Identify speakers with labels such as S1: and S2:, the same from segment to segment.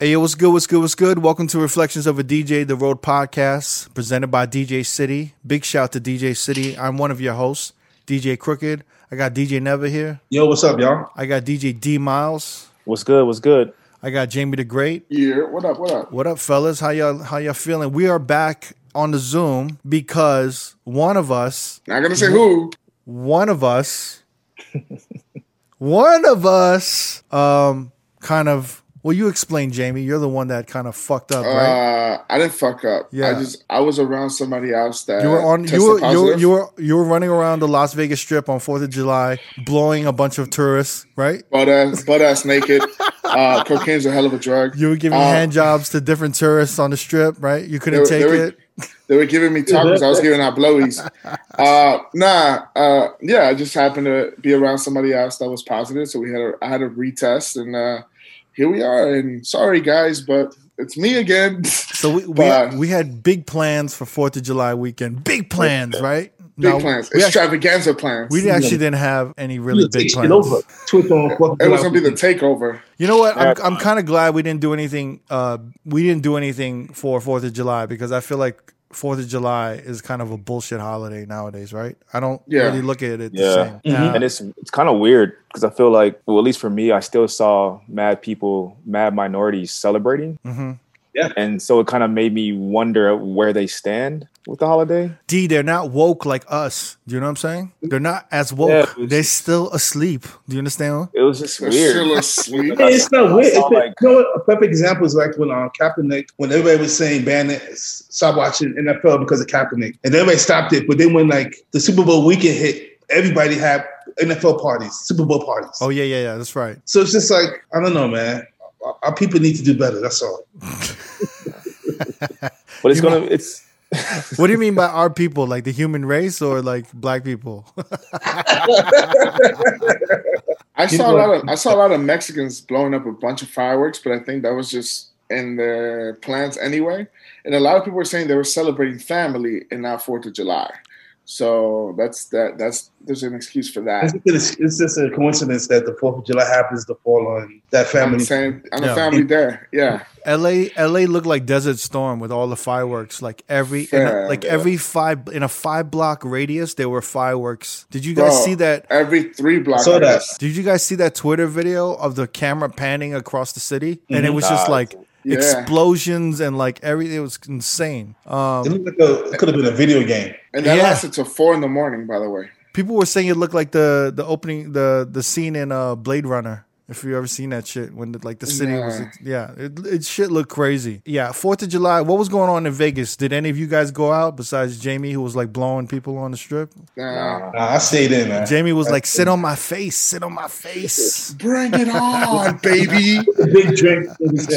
S1: Hey, yo, what's good? What's good? What's good? Welcome to Reflections of a DJ, the Road podcast, presented by DJ City. Big shout to DJ City. I'm one of your hosts, DJ Crooked. I got DJ Never here.
S2: Yo, what's up, y'all?
S1: I got DJ D Miles.
S3: What's good? What's good?
S1: I got Jamie the Great.
S2: Yeah, what up? What up?
S1: What up, fellas? How y'all? How y'all feeling? We are back on the Zoom because one of us,
S2: Not gonna say who.
S1: one of us, one of us, um, kind of. Well, you explain, Jamie. You're the one that kind of fucked up, right?
S2: Uh, I didn't fuck up.
S1: Yeah.
S2: I just I was around somebody else that
S1: You were on.
S2: tested
S1: You were, you were
S2: Uh, positive.
S1: you were you were running around the Las Vegas Strip on Fourth of July, blowing a bunch of tourists, right?
S2: butt ass butt ass naked. uh, cocaine's a hell of a drug.
S1: You were giving
S2: Uh,
S1: hand jobs to different tourists on the strip, right? You couldn't
S2: They
S1: take
S2: were- they were-
S1: it.
S2: They were giving me tacos. I was giving out blowies. Uh, nah, uh, yeah, I just happened to be around somebody else that was positive, so we had a, I had a retest, and uh, here we are. And sorry, guys, but it's me again.
S1: So we
S2: But- uh,
S1: we, we had big plans for Fourth of July weekend. Big plans, right?
S2: Big
S1: No,
S2: plans,
S1: We actually,
S2: extravaganza plans.
S1: we actually didn't have any really big plans.
S3: Twist on fucking
S2: it was gonna be the takeover.
S1: You know what? I'm,
S3: Yeah.
S1: I'm kind of glad we didn't do anything. Uh, we didn't do anything for Fourth of July because I feel like Fourth of July is kind of a bullshit holiday nowadays, right? I don't
S2: Yeah.
S1: really look at it
S3: Yeah.
S1: the same. Uh,
S3: Mm-hmm. and it's it's kind of weird because I feel like, well, at least for me, I still saw mad people, mad minorities celebrating,
S1: mhm.
S3: and so it kind of made me wonder where they stand with the holiday.
S1: D, they're not woke like us. Do you know what I'm saying? They're not as woke.
S3: Yeah, it's-
S1: they're still asleep. Do you understand?
S3: It was just
S2: They're
S3: weird.
S2: still asleep.
S4: Yeah, it's not weird.
S3: saw,
S4: It's-
S3: like-
S4: you know what? A perfect example is like when um, Kaepernick, when everybody was saying ban it, s- stop watching NFL because of Kaepernick, and everybody stopped it. But then when like the Super Bowl weekend hit, everybody had NFL parties, Super Bowl parties.
S1: Oh yeah, yeah, yeah. That's right.
S4: So it's just like I don't know, man. Our- Our people need to do better. That's all.
S3: But it's
S1: You
S3: gonna it's
S1: What do you mean by our people? Like the human race or like black people?
S2: I
S4: You
S2: saw a
S4: know
S2: lot of I saw a lot of Mexicans blowing up a bunch of fireworks, but I think that was just in their plans anyway. And a lot of people were saying they were celebrating family and not Fourth of July. So that's that that's there's an excuse for
S4: It's
S2: that.
S4: just, it's just a coincidence that the Fourth of July happens to fall on that
S2: I'm
S4: family.
S2: the same I'm
S1: Yeah.
S2: a family there. Yeah.
S1: LA LA looked like Desert Storm with all the fireworks. Like every in a-
S2: Yeah.
S1: like every five in a five block radius there were fireworks. Did you guys
S2: Bro.
S1: see that?
S2: Every three blocks.
S4: Saw that.
S1: Did you guys see that Twitter video of the camera panning across the city? And it was just
S3: Nah,
S1: like
S2: Mm-hmm. Yeah.
S1: explosions and like everything. It was insane.
S4: It
S1: Um,
S4: looked like a, it could have been a video game.
S2: And that
S1: Yeah.
S2: lasted till four in the morning, by the way.
S1: people were saying it looked like the the opening the the scene in uh, Blade Runner. If you ever seen that shit, when the, like the city was,
S2: Nah.
S1: yeah, it, it shit looked crazy. Yeah, Fourth of July. What was going on in Vegas? Did any of you guys go out besides Jamie, who was like blowing people on the strip?
S2: Nah.
S3: nah,
S4: Nah, I stayed in, man.
S1: Jamie was like, "Sit on my face, sit on my face."
S2: Bring it on, baby.
S4: Big drink.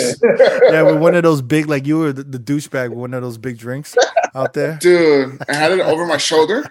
S1: yeah, with one of those big, like you were the, the douchebag with one of those big drinks out there.
S2: dude. I had it over my shoulder.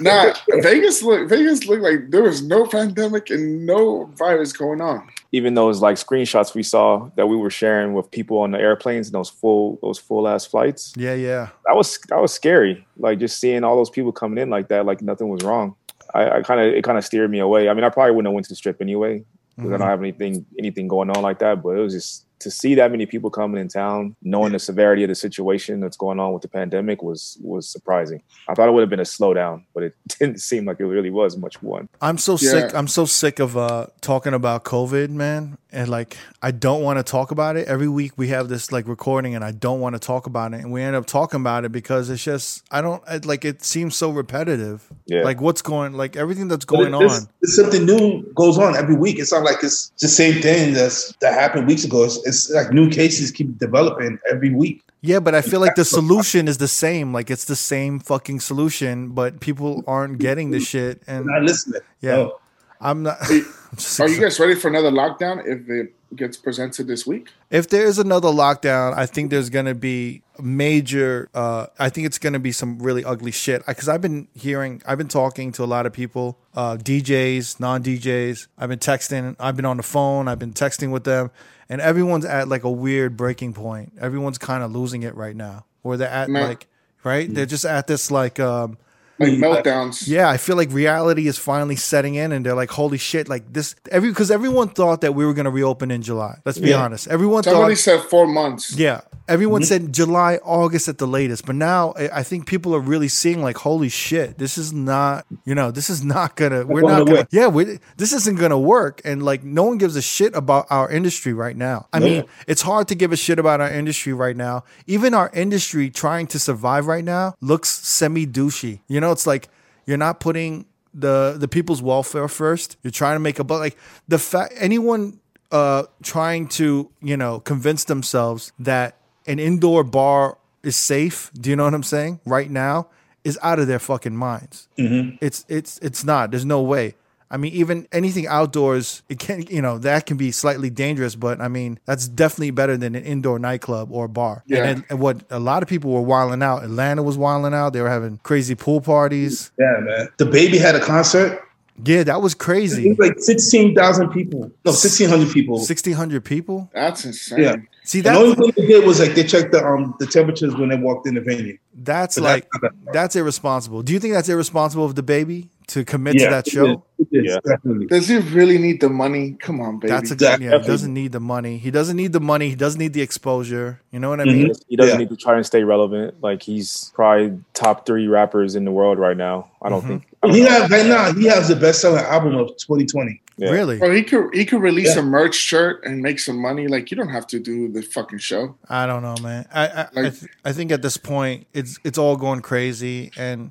S2: Nah, Vegas look Vegas looked like there was no pandemic and no virus going on.
S3: even those like screenshots we saw that we were sharing with people on the airplanes and those full those full ass flights.
S1: Yeah, yeah.
S3: that was that was scary. Like just seeing all those people coming in like that, like nothing was wrong. I, I kind of it kind of steered me away. I mean, I probably wouldn't have went to the strip anyway because I
S1: Mhm.
S3: don't have anything anything going on like that. But it was just to see that many people coming in town, knowing the severity of the situation that's going on with the pandemic was was surprising. I thought it would have been a slowdown, but it didn't seem like it really was much one.
S1: I'm so
S2: Yeah.
S1: sick. I'm so sick of uh, talking about COVID, man. And like, I don't want to talk about it. Every week we have this like recording, and I don't want to talk about it. And we end up talking about it because it's just I don't it, like. It seems so repetitive.
S3: Yeah,
S1: Like what's going, like everything that's going
S4: But it's-
S1: on.
S4: It's something new goes on every week. It's not like it's the same thing that's that happened weeks ago. It's, it's like new cases keep developing every week.
S1: Yeah, but I feel like the solution is the same. Like it's the same fucking solution, but people aren't getting the shit. And
S4: Not listening.
S1: yeah,
S4: No.
S1: I'm not. I'm just
S2: Are you guys ready for another lockdown if it gets presented this week?
S1: If there is another lockdown, I think there's going to be major. Uh, I think it's going to be some really ugly shit. Because I've been hearing, I've been talking to a lot of people, uh, DJs, non DJs. I've been texting. I've been on the phone. I've been texting with them, and everyone's at like a weird breaking point. Everyone's kind of losing it right now, where they're at
S2: Man.
S1: like, right? They're just at this like. Um,
S2: like meltdowns.
S1: Yeah, I feel like reality is finally setting in, and they're like, "Holy shit!" Like this, every because everyone thought that we were going to reopen in July. Let's be
S3: Yeah.
S1: honest. Everyone
S2: Somebody
S1: thought,
S2: said four months.
S1: yeah, everyone said July, August at the latest. But now I, I think people are really seeing like, "Holy shit! This is not, you know, this is not gonna. We're
S4: going
S1: not gonna.
S4: away.
S1: Yeah, we, this isn't gonna work." And like, no one gives a shit about our industry right now. I mean, it's hard to give a shit about our industry right now. Even our industry trying to survive right now looks semi douchey. You know, it's like you're not putting the the people's welfare first. You're trying to make a but like the fact anyone uh trying to you know convince themselves that an indoor bar is safe. Do you know what I'm saying? Right now is out of their fucking minds.
S4: Mm-hmm.
S1: It's it's it's not. There's no way. I mean, even anything outdoors, it can you know that can be slightly dangerous, but I mean that's definitely better than an indoor nightclub or bar.
S2: Yeah.
S1: And, then- and what a lot of people were wilding out. Atlanta was wilding out. They were having crazy pool parties.
S4: Yeah, man. The baby had a concert.
S1: Yeah, that was
S4: It
S1: crazy.
S4: was like sixteen thousand people. No, sixteen hundred people.
S1: Sixteen hundred people.
S2: That's insane.
S4: Yeah.
S1: See
S4: the only
S1: that
S4: thing they did was like they checked the um the temperatures when they walked in the venue.
S1: that's
S4: But that's
S1: like
S4: not that-
S1: that's irresponsible. Do you think that's irresponsible of the baby to commit to that show?
S4: It is,
S3: Yeah.
S4: definitely.
S2: Does he really need the money? Come on, baby.
S1: That's a
S4: Exactly.
S1: yeah. He doesn't need the money. He doesn't need the money. He doesn't need the exposure. You know what I
S4: Mhm.
S1: mean?
S3: He doesn't
S4: Yeah.
S3: need to try and stay relevant. Like he's probably top three rappers in the world right now. I don't
S1: Mhm.
S3: think. I don't
S4: Mm-hmm. He
S3: know.
S4: has right now. He has the best selling album of 2020.
S3: Yeah.
S1: Really?
S2: Bro, he could he could release
S4: Yeah.
S2: a merch shirt and make some money. Like you don't have to do the fucking show.
S1: I don't know, man. I I, I,
S2: Like-
S1: th- I think at this point it's it's all going crazy and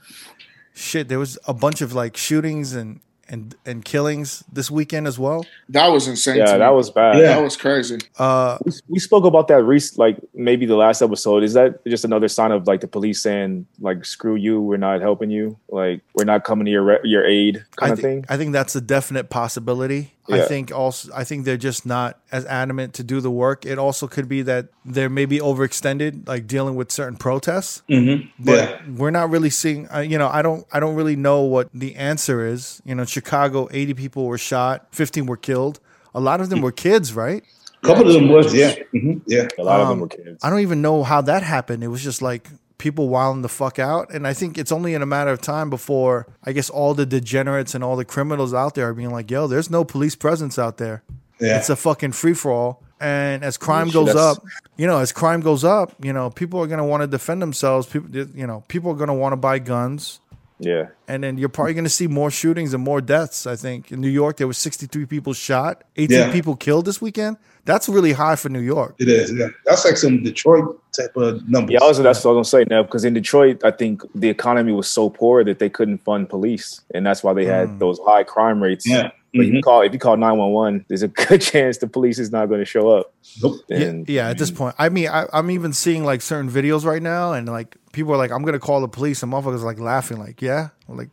S1: shit. There was a bunch of like shootings and and and killings this weekend as well.
S2: That was insane. to
S3: Yeah,
S2: me.
S3: that was bad.
S4: Yeah.
S2: that was crazy.
S1: Uh,
S3: We, we spoke about that recent, like maybe the last episode. Is that just another sign of like the police saying like "screw you, we're not helping you, like we're not coming to your re- your aid" kind
S1: I
S3: of
S1: think
S3: thing?
S1: I think that's a definite possibility. I
S3: Yeah.
S1: think also I think they're just not as adamant to do the work. It also could be that they're maybe overextended, like dealing with certain protests.
S4: Mm-hmm.
S1: but
S4: Yeah,
S1: we're not really seeing uh, you know i don't i don't really know what the answer is you know in chicago 80 people were shot 15 were killed a lot of them were kids right
S4: a couple of them was yeah, hmm yeah.
S3: A lot of
S1: Um,
S3: them were kids.
S1: i don't even know how that happened it was just like people wilding the fuck out and i think it's only in a matter of time before i guess all the degenerates and all the criminals out there are being like yo there's no police presence out there
S4: yeah.
S1: it's a fucking free for all. And as crime
S3: Shit,
S1: goes up,
S3: that's-
S1: you know, as crime goes up, you know, people are going to want to defend themselves. People, you know, people are going to want to buy guns.
S3: Yeah,
S1: And then you're probably going to see more shootings and more deaths. I think in New York there was 63 people shot, 18
S4: Yeah.
S1: people killed this weekend. That's really high for New York.
S4: It is. Yeah, that's like some Detroit type of numbers.
S3: yeah. Also, that's what I was gonna say now because in Detroit, I think the economy was so poor that they couldn't fund police, and that's why they had
S1: Mm. Mm-hmm.
S3: those high crime rates.
S4: yeah.
S3: But
S4: Mhm.
S3: you call if you call nine one one, there's a good chance the police is not going to show up.
S4: Nope.
S1: Yeah,
S3: And-
S1: yeah, at
S4: Mm-hmm.
S1: this point, I mean, I, I'm even seeing like certain videos right now, and like people are like, "I'm gonna call the police," and motherfuckers are, like laughing, like, "Yeah, like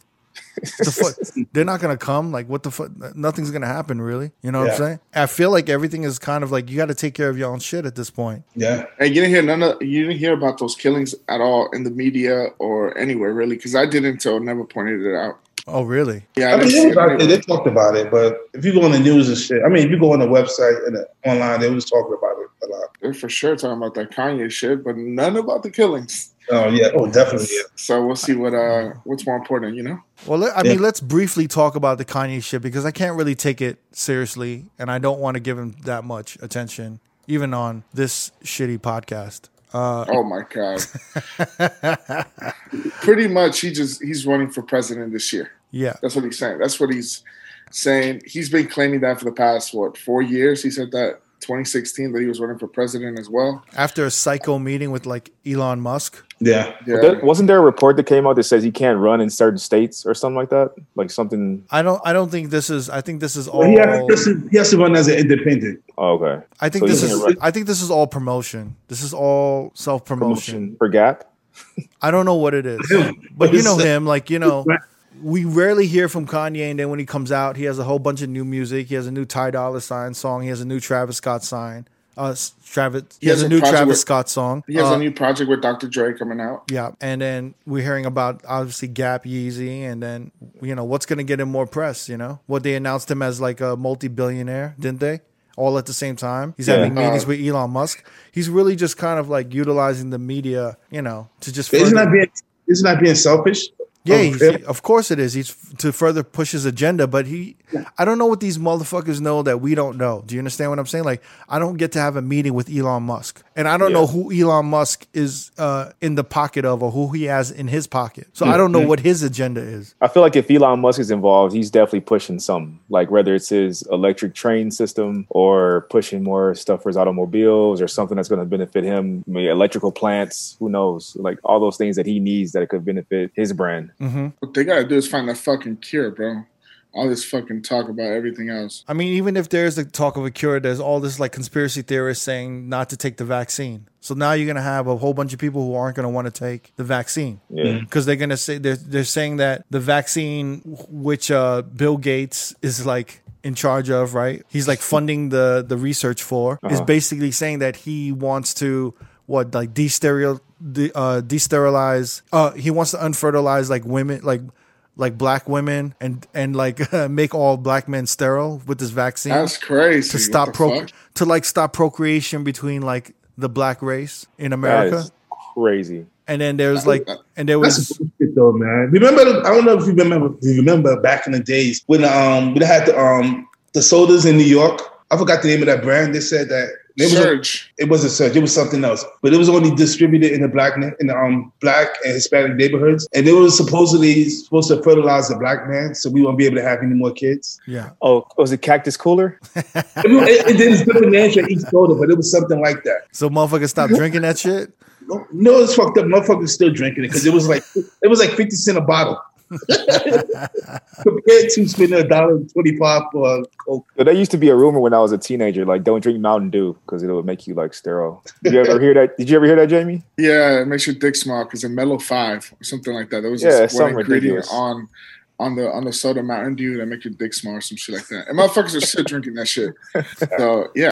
S1: the fuck? They're not gonna come. Like, what the fuck? Nothing's gonna happen, really. You know what
S4: Yeah.
S1: I'm saying? I feel like everything is kind of like you got to take care of your own shit at this point.
S4: Yeah.
S2: And you didn't hear none of you didn't hear about those killings at all in the media or anywhere really, because I didn't until Never pointed it out.
S1: Oh, really?
S2: Yeah,
S4: I
S2: I
S4: mean,
S2: didn't see it
S4: everybody,
S2: anywhere.
S4: they talked about it, but if you go on the news and shit, I mean, if you go on the website and uh, online, they was talking about it a lot.
S2: They're for sure talking about that Kanye shit, but none about the killings.
S4: Oh yeah, oh definitely. Yeah.
S2: So we'll see what uh what's more important, you know?
S1: Well, let- I
S4: Yeah.
S1: mean, let's briefly talk about the Kanye shit because I can't really take it seriously, and I don't want to give him that much attention, even on this shitty podcast. Uh,
S2: Oh my god. Pretty much he just he's running for president this year.
S1: yeah.
S2: That's what he's saying. That's what he's saying. He's been claiming that for the past what four years. He said that 2016 that he was running for president as well.
S1: After a psycho meeting with like Elon Musk.
S4: Yeah.
S2: Yeah,
S3: There- wasn't there a report that came out that says you can't run in certain states or something like that? Like something.
S1: I don't. I don't think this is. I think this is all.
S4: But he, has to, he has to run as an independent.
S3: Oh, okay.
S1: I think
S3: so
S1: this
S3: you
S1: is.
S3: can run-
S1: I think this is all promotion. This is all self promotion.
S3: Promotion for Gap.
S1: I don't know what it is, but
S4: But
S1: you
S4: this
S1: know
S4: is-
S1: him. Like you know, we rarely hear from Kanye, and then when he comes out, he has a whole bunch of new music. He has a new Ty Dolla Sign song. He has a new Travis Scott sign. Uh, s- Travis. He,
S2: He
S1: has,
S2: has
S1: a
S2: a
S1: new
S2: project
S1: Travis
S2: with-
S1: Scott song.
S2: He has
S1: Uh,
S2: a new project with Dr. Dre coming out.
S1: Yeah, and then we're hearing about obviously Gap Yeezy, and then you know what's going to get him more press. You know what they announced him as like a multi-billionaire, didn't they? All at the same time. He's
S3: Yeah.
S1: having meetings
S2: Uh,
S1: with Elon Musk. He's really just kind of like utilizing the media, you know, to just
S4: Isn't
S1: further-
S4: that being isn't that being selfish?
S1: Yeah, he's, of course it is. He's to further push his agenda, but he, I don't know what these motherfuckers know that we don't know. Do you understand what I'm saying? Like, I don't get to have a meeting with Elon Musk, and I don't know who Elon Musk is uh, in the pocket of or who he has in his pocket. So I don't know what his agenda is.
S3: I feel like if Elon Musk is involved, he's definitely pushing something. Like whether it's his electric train system or pushing more stuff for his automobiles or something that's going to benefit him. I mean, electrical plants, who knows? Like all those things that he needs that it could benefit his brand.
S1: Mm-hmm.
S2: What they gotta do is find that fucking cure, bro. All this fucking talk about everything else.
S1: I mean, even if there's the talk of a cure, there's all this like conspiracy theorists saying not to take the vaccine. So now you're gonna have a whole bunch of people who aren't gonna want to take the vaccine
S3: Yeah.
S1: because they're gonna say they're they're saying that the vaccine, which uh, Bill Gates is like in charge of, right? He's like funding the the research for, is
S2: Uh-huh.
S1: basically saying that he wants to what like destereo de, uh, desterilize. Uh, he wants to unfertilize like women like. Like black women and and like make all black men sterile with this vaccine
S2: That's crazy.
S1: to
S2: What
S1: stop
S2: the
S1: pro-
S2: fuck?
S1: to like stop procreation between like the black race in America.
S3: That is crazy.
S1: and then there's like and there
S4: That's
S1: was
S4: bullshit though, man. Remember, I don't know if you remember. If you remember back in the days when um we had the um the sodas in New York. I forgot the name of that brand. They said that it was a,
S2: Surge.
S4: it wasn't Surge. It was something else, but it was only distributed in the black ne- in the um black and Hispanic neighborhoods, and it was supposedly supposed to fertilize the black man, so we won't be able to have any more kids.
S1: yeah.
S3: Oh, was it Cactus Cooler?
S4: it, it, it was different names for each soda, but it was something like that.
S1: So motherfuckers stop drinking that shit.
S4: No, no, it's fucked up. Motherfuckers still drinking it because it was like it was like fifty cent a bottle. Compared to spending a dollar twenty five for a Coke.
S3: But that used to be a rumor when I was a teenager. Like, don't drink Mountain Dew because it'll make you like sterile. Did you ever hear that? Did you ever hear that, Jamie?
S2: Yeah, it makes your dick small because a mellow five or something like that. There was
S3: Yeah,
S2: this one
S3: something
S2: ingredient
S3: ridiculous.
S2: on on the on the soda Mountain Dew that make your dick small or some shit like that. And motherfuckers are still drinking that shit. So yeah,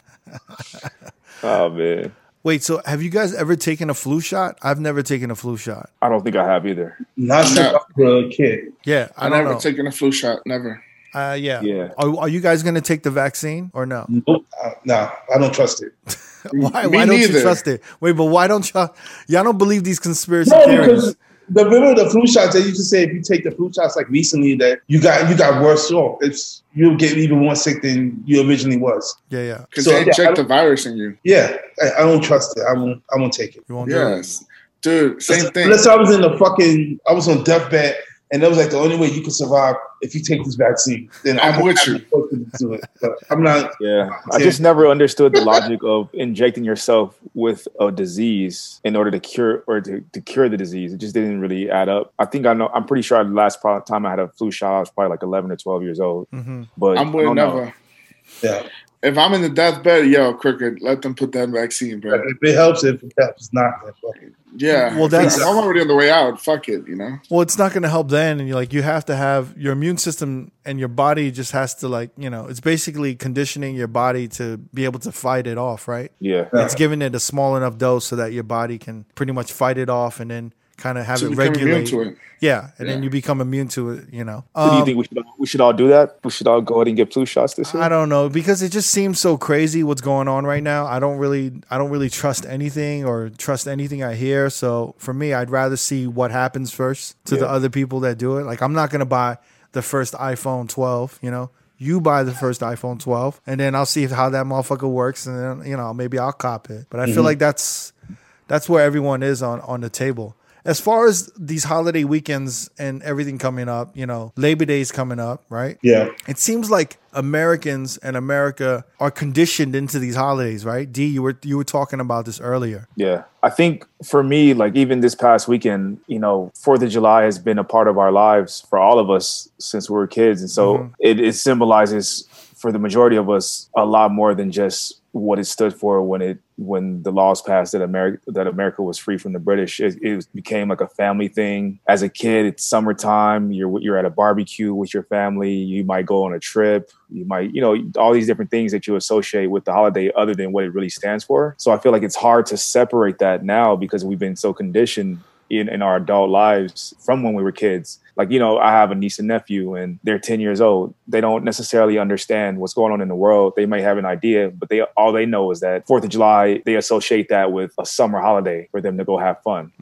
S3: Oh man,
S1: Wait, so have you guys ever taken a flu shot? I've never taken a flu shot.
S3: I don't think I have either.
S4: Not since I was a kid.
S1: Yeah,
S2: I,
S1: I don't
S2: never
S1: know.
S2: taken a flu shot. Never.
S1: uh, yeah,
S3: Yeah.
S1: Are, are you guys gonna take the vaccine or no?
S4: Nope. Uh, nah, I don't trust it.
S1: Why?
S2: me
S1: why don't you
S2: neither.
S1: trust it? Wait, but why don't y'all? Y'all don't believe these conspiracy
S4: No,
S1: theories?
S4: because the remember the flu shots they used to say if you take the flu shots like recently that you got you got worse off. It's you'll get even more sick than you originally was.
S1: Yeah, yeah.
S2: Because
S4: So,
S2: they
S4: yeah,
S2: inject
S4: I
S2: the virus in you.
S4: Yeah, I, I don't trust it. I won't. I won't take it.
S1: You won't do it.
S2: Yes. Dude, same thing.
S4: Unless I was in the fucking, I was on deathbed, and that was like the only way you could survive if you take this vaccine. Then
S2: I'm
S4: I'm,
S2: with
S4: I'm
S2: you.
S4: supposed to do it. But I'm not.
S3: Yeah, I just never understood the logic of injecting yourself with a disease in order to cure or to, to cure the disease. It just didn't really add up. I think I know. I'm pretty sure the last pro- time I had a flu shot, I was probably like 11 or 12 years old.
S1: Mhm.
S3: But
S2: I'm
S3: I
S2: with
S3: don't know.
S2: never.
S4: Yeah,
S2: If I'm in the deathbed, yo, crooked, let them put that vaccine, bro.
S4: if it helps, if it helps, it's not. Then fuck it.
S2: Yeah.
S1: Well, that's-
S2: I'm already on the way out. Fuck it, you know.
S1: Well, it's not going to help then, and you like you have to have your immune system and your body just has to like you know it's basically conditioning your body to be able to fight it off, right?
S3: Yeah.
S1: It's giving it a small enough dose so that your body can pretty much fight it off and then kind of have
S2: To
S1: it
S2: become immune
S1: regulate.
S2: to it.
S1: Yeah, and then you become immune to it. You know,
S3: So do you
S1: Um,
S3: think we should all, we should all do that? We should all go ahead and get flu shots this year.
S1: I don't know because it just seems so crazy what's going on right now. I don't really, I don't really trust anything or trust anything I hear. So for me, I'd rather see what happens first to the other people that do it. Like I'm not gonna buy the first iPhone 12. You know, you buy the first iPhone 12, and then I'll see if- how that motherfucker works, and then you know maybe I'll cop it. But I
S3: Mm-hmm.
S1: feel like that's that's where everyone is on on the table. As far as these holiday weekends and everything coming up, you know, Labor Day's coming up, right?
S4: Yeah,
S1: It seems like Americans and America are conditioned into these holidays, right? D, you were you were talking about this earlier.
S3: Yeah. I think for me, like even this past weekend, you know, Fourth of July has been a part of our lives for all of us since we were kids. And so it, it symbolizes for the majority of us a lot more than just what it stood for when it when the laws passed that America that America was free from the British. It, it became like a family thing. As a kid, it's summertime. You're you're at a barbecue with your family. You might go on a trip. You might you know all these different things that you associate with the holiday, other than what it really stands for. So I feel like it's hard to separate that now because we've been so conditioned in, in our adult lives from when we were kids. Like, you know, I have a niece and nephew and they're 10 years old. They don't necessarily understand what's going on in the world. They may have an idea, but they all they know is that 4th of July, they associate that with a summer holiday for them to go have fun.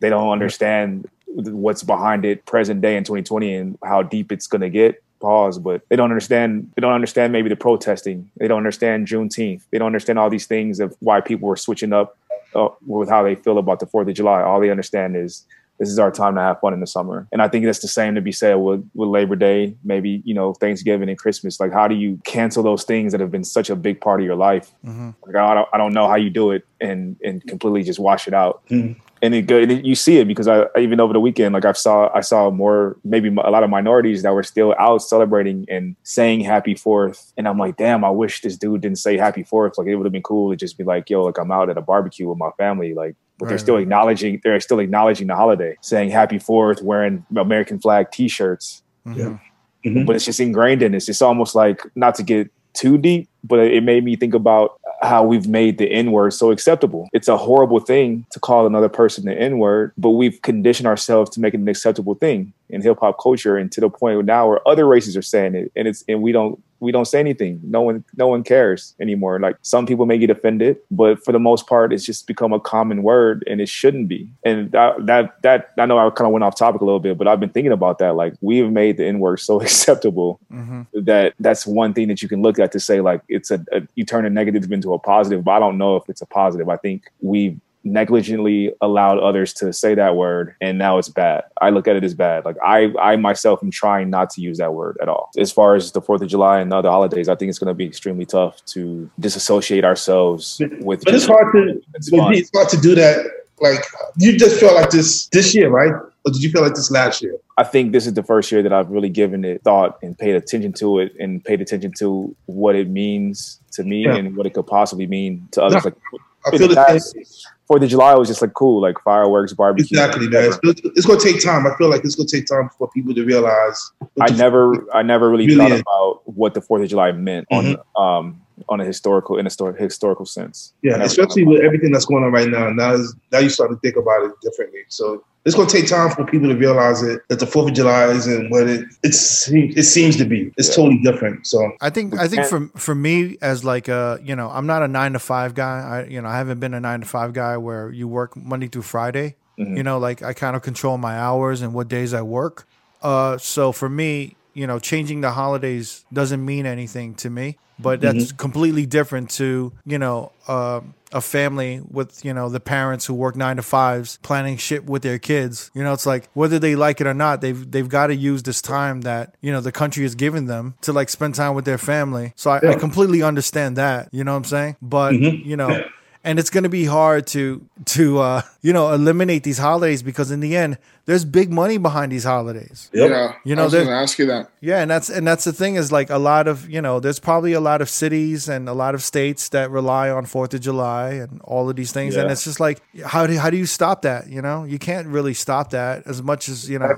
S3: They don't understand what's behind it present day in 2020 and how deep it's going to get pause, but they don't understand. They don't understand maybe the protesting. They don't understand Juneteenth. They don't understand all these things of why people were switching up uh, with how they feel about the Fourth of July. All they understand is this is our time to have fun in the summer. And I think that's the same to be said with, with Labor Day, maybe, you know, Thanksgiving and Christmas. Like, how do you cancel those things that have been such a big part of your life? Mm-hmm. Like, I don't, I don't know how you do it and, and completely just wash it out. Mm-hmm and it good you see it because I, even over the weekend like i saw i saw more maybe a lot of minorities that were still out celebrating and saying happy fourth and i'm like damn i wish this dude didn't say happy fourth like it would have been cool to just be like yo like i'm out at a barbecue with my family like but right. they're still acknowledging they're still acknowledging the holiday saying happy fourth wearing american flag t-shirts mm-hmm. Yeah. Mm-hmm. but it's just ingrained in us it's almost like not to get too deep but it made me think about how we've made the N word so acceptable. It's a horrible thing to call another person the N word, but we've conditioned ourselves to make it an acceptable thing in hip hop culture, and to the point now where other races are saying it, and it's and we don't we don't say anything. No one no one cares anymore. Like some people may get offended, but for the most part, it's just become a common word, and it shouldn't be. And that that, that I know I kind of went off topic a little bit, but I've been thinking about that. Like we've made the N word so acceptable mm-hmm. that that's one thing that you can look at to say like it's a, a, you turn a negative into a positive but i don't know if it's a positive i think we negligently allowed others to say that word and now it's bad i look at it as bad like i i myself am trying not to use that word at all as far as the fourth of july and other holidays i think it's going to be extremely tough to disassociate ourselves with
S4: but it's hard to it's, it's hard to do that like you just felt like this this year right or did you feel like this last year
S3: I think this is the first year that I've really given it thought and paid attention to it and paid attention to what it means to me yeah. and what it could possibly mean to others. No, like I feel the past, Fourth of July was just like cool, like fireworks, barbecue.
S4: Exactly, man. It's, it's, gonna take time. I feel like it's gonna take time for people to realize.
S3: I never, I never really, really thought is. about what the Fourth of July meant mm-hmm. on um, on a historical in a stor- historical sense.
S4: Yeah, especially with everything that's going on right now. Now, is, now you start to think about it differently. So it's going to take time for people to realize it that the Fourth of July isn't what it it's, it seems to be. It's yeah. totally different. So
S1: I think I think for for me as like a you know I'm not a nine to five guy. I you know I haven't been a nine to five guy where you work Monday through Friday. Mm-hmm. You know, like I kind of control my hours and what days I work. Uh, so for me, you know, changing the holidays doesn't mean anything to me but that's mm-hmm. completely different to you know uh, a family with you know the parents who work nine to fives planning shit with their kids you know it's like whether they like it or not they've they've got to use this time that you know the country has given them to like spend time with their family so i, yeah. I completely understand that you know what i'm saying but mm-hmm. you know yeah. and it's going to be hard to to uh, you know eliminate these holidays because in the end there's big money behind these holidays.
S2: Yep. Yeah, you know, I was going to ask you that.
S1: Yeah, and that's and that's the thing is like a lot of you know, there's probably a lot of cities and a lot of states that rely on Fourth of July and all of these things, yeah. and it's just like how do how do you stop that? You know, you can't really stop that as much as you know.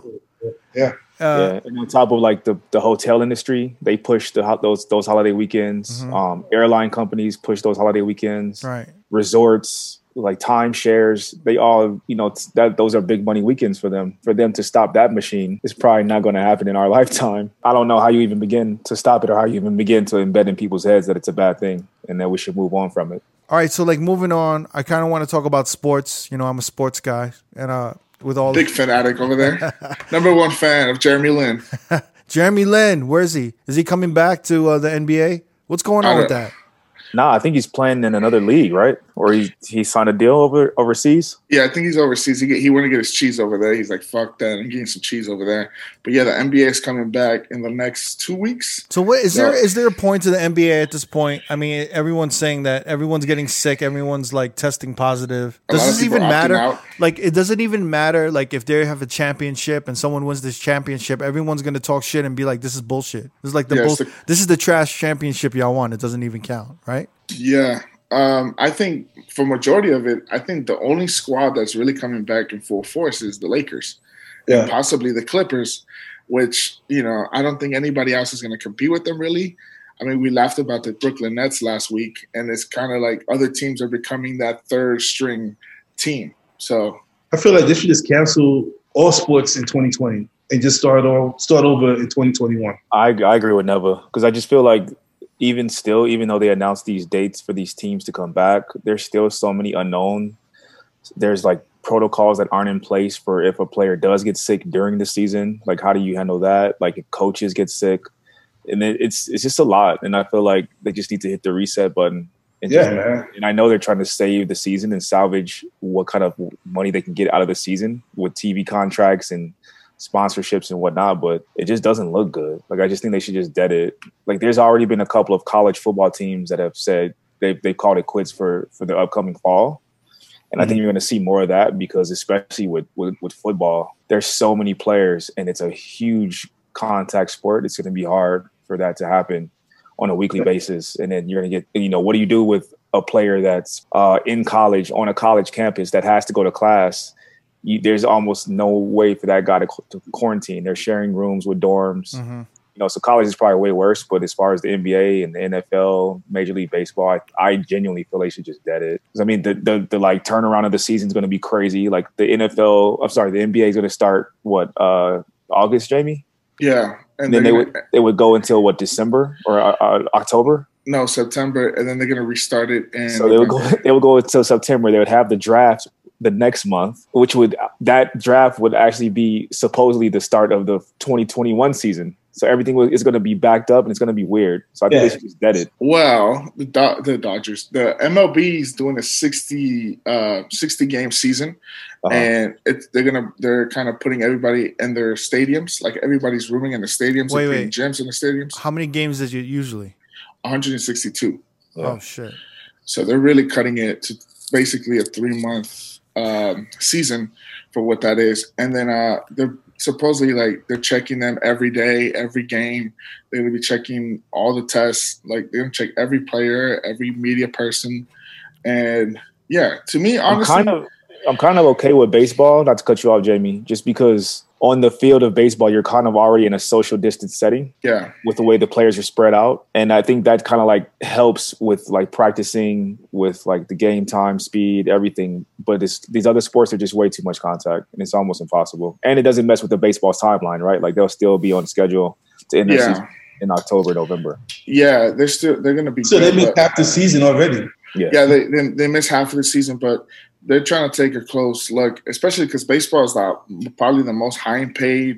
S4: Yeah.
S3: Uh, yeah, and on top of like the, the hotel industry, they push the those those holiday weekends. Mm-hmm. Um, airline companies push those holiday weekends.
S1: Right.
S3: Resorts like timeshares, they all, you know, that those are big money weekends for them. For them to stop that machine is probably not going to happen in our lifetime. I don't know how you even begin to stop it or how you even begin to embed in people's heads that it's a bad thing and that we should move on from it.
S1: All right, so like moving on, I kind of want to talk about sports. You know, I'm a sports guy and uh with all
S2: big the- fanatic over there. Number one fan of Jeremy Lin.
S1: Jeremy Lin, where is he? Is he coming back to uh, the NBA? What's going on with that?
S3: No, nah, I think he's playing in another league, right? Or he he signed a deal over overseas.
S2: Yeah, I think he's overseas. He get, he wanted to get his cheese over there. He's like, fuck that, I'm getting some cheese over there. But yeah, the NBA is coming back in the next two weeks.
S1: So what is yeah. there is there a point to the NBA at this point? I mean, everyone's saying that everyone's getting sick, everyone's like testing positive. Does this even matter? Like, it doesn't even matter. Like, if they have a championship and someone wins this championship, everyone's gonna talk shit and be like, this is bullshit. This is like the, yeah, bull- the- this is the trash championship y'all won. It doesn't even count, right?
S2: Yeah. Um, I think for majority of it, I think the only squad that's really coming back in full force is the Lakers. Yeah. And possibly the Clippers, which, you know, I don't think anybody else is gonna compete with them really. I mean, we laughed about the Brooklyn Nets last week, and it's kind of like other teams are becoming that third string team. So
S4: I feel like they should just cancel all sports in 2020 and just start all start over in 2021. I
S3: I agree with Neva because I just feel like even still, even though they announced these dates for these teams to come back, there's still so many unknown. There's like protocols that aren't in place for if a player does get sick during the season? Like, how do you handle that? Like, if coaches get sick, and it, it's it's just a lot. And I feel like they just need to hit the reset button. And
S4: Yeah,
S3: just-
S4: man.
S3: and I know they're trying to save the season and salvage what kind of money they can get out of the season with TV contracts and sponsorships and whatnot, but it just doesn't look good. Like I just think they should just dead it. Like there's already been a couple of college football teams that have said they they called it quits for for the upcoming fall. And I think you're going to see more of that because, especially with, with with football, there's so many players, and it's a huge contact sport. It's going to be hard for that to happen on a weekly basis. And then you're going to get, you know, what do you do with a player that's uh, in college on a college campus that has to go to class? You, there's almost no way for that guy to, qu- to quarantine. They're sharing rooms with dorms.
S1: Mhm.
S3: You know, so college is probably way worse. But as far as the NBA and the NFL, Major League Baseball, I, I genuinely feel they should just dead it. 'Cause, I mean, the, the the like turnaround of the season is going to be crazy. Like the NFL, I'm sorry, the NBA is going to start what uh, August, Jamie,
S2: Yeah,
S3: and then they
S2: they're
S3: would
S2: gonna-
S3: they would go until what December or uh, uh, October.
S2: no September, and then they're gonna restart it. And
S3: So they would go. They would go until September. They would have the draft the next month, which would that draft would actually be supposedly the start of the 2021 season. So everything was- is going to be backed up and it's going to be weird. So I think
S4: Yeah.
S3: they should just dead it.
S2: Well, the, Do- the Dodgers, the MLB is doing a 60, uh, 60 game season,
S3: Uh-huh.
S2: and it's they're gonna they're kind of putting everybody in their stadiums, like everybody's rooming in the stadiums,
S1: Wait,
S2: and putting
S1: wait.
S2: gyms in the stadiums.
S1: How many games is it usually?
S2: One hundred and sixty-two.
S3: Yeah.
S1: Oh shit.
S2: So they're really cutting it to basically a three-month um, season for what that is, and then uh, they're supposedly like they're checking them every day, every game. They're gonna be checking all the tests. Like they're gonna check every player, every media person, and yeah. To me, honestly,
S3: I'm kind of I'm kind of okay with baseball. Not to cut you off, Jamie, just because on the field of baseball, you're kind of already in a social distance setting
S2: yeah,
S3: with the way the players are spread out, and I think that kind of like helps with like practicing, with like the game time, speed, everything. But it's, these other sports are just way too much contact, and it's almost impossible. And it doesn't mess with the baseball's timeline, right? Like they'll still be on schedule to end their
S2: Yeah.
S3: season in October, November.
S2: yeah. They're still they're gonna be.
S4: So they
S2: good,
S4: missed
S2: but-
S4: half the season already.
S2: yeah, they, they they miss half of the season, but they're trying to take a close look, especially because baseball is the, probably the most high paid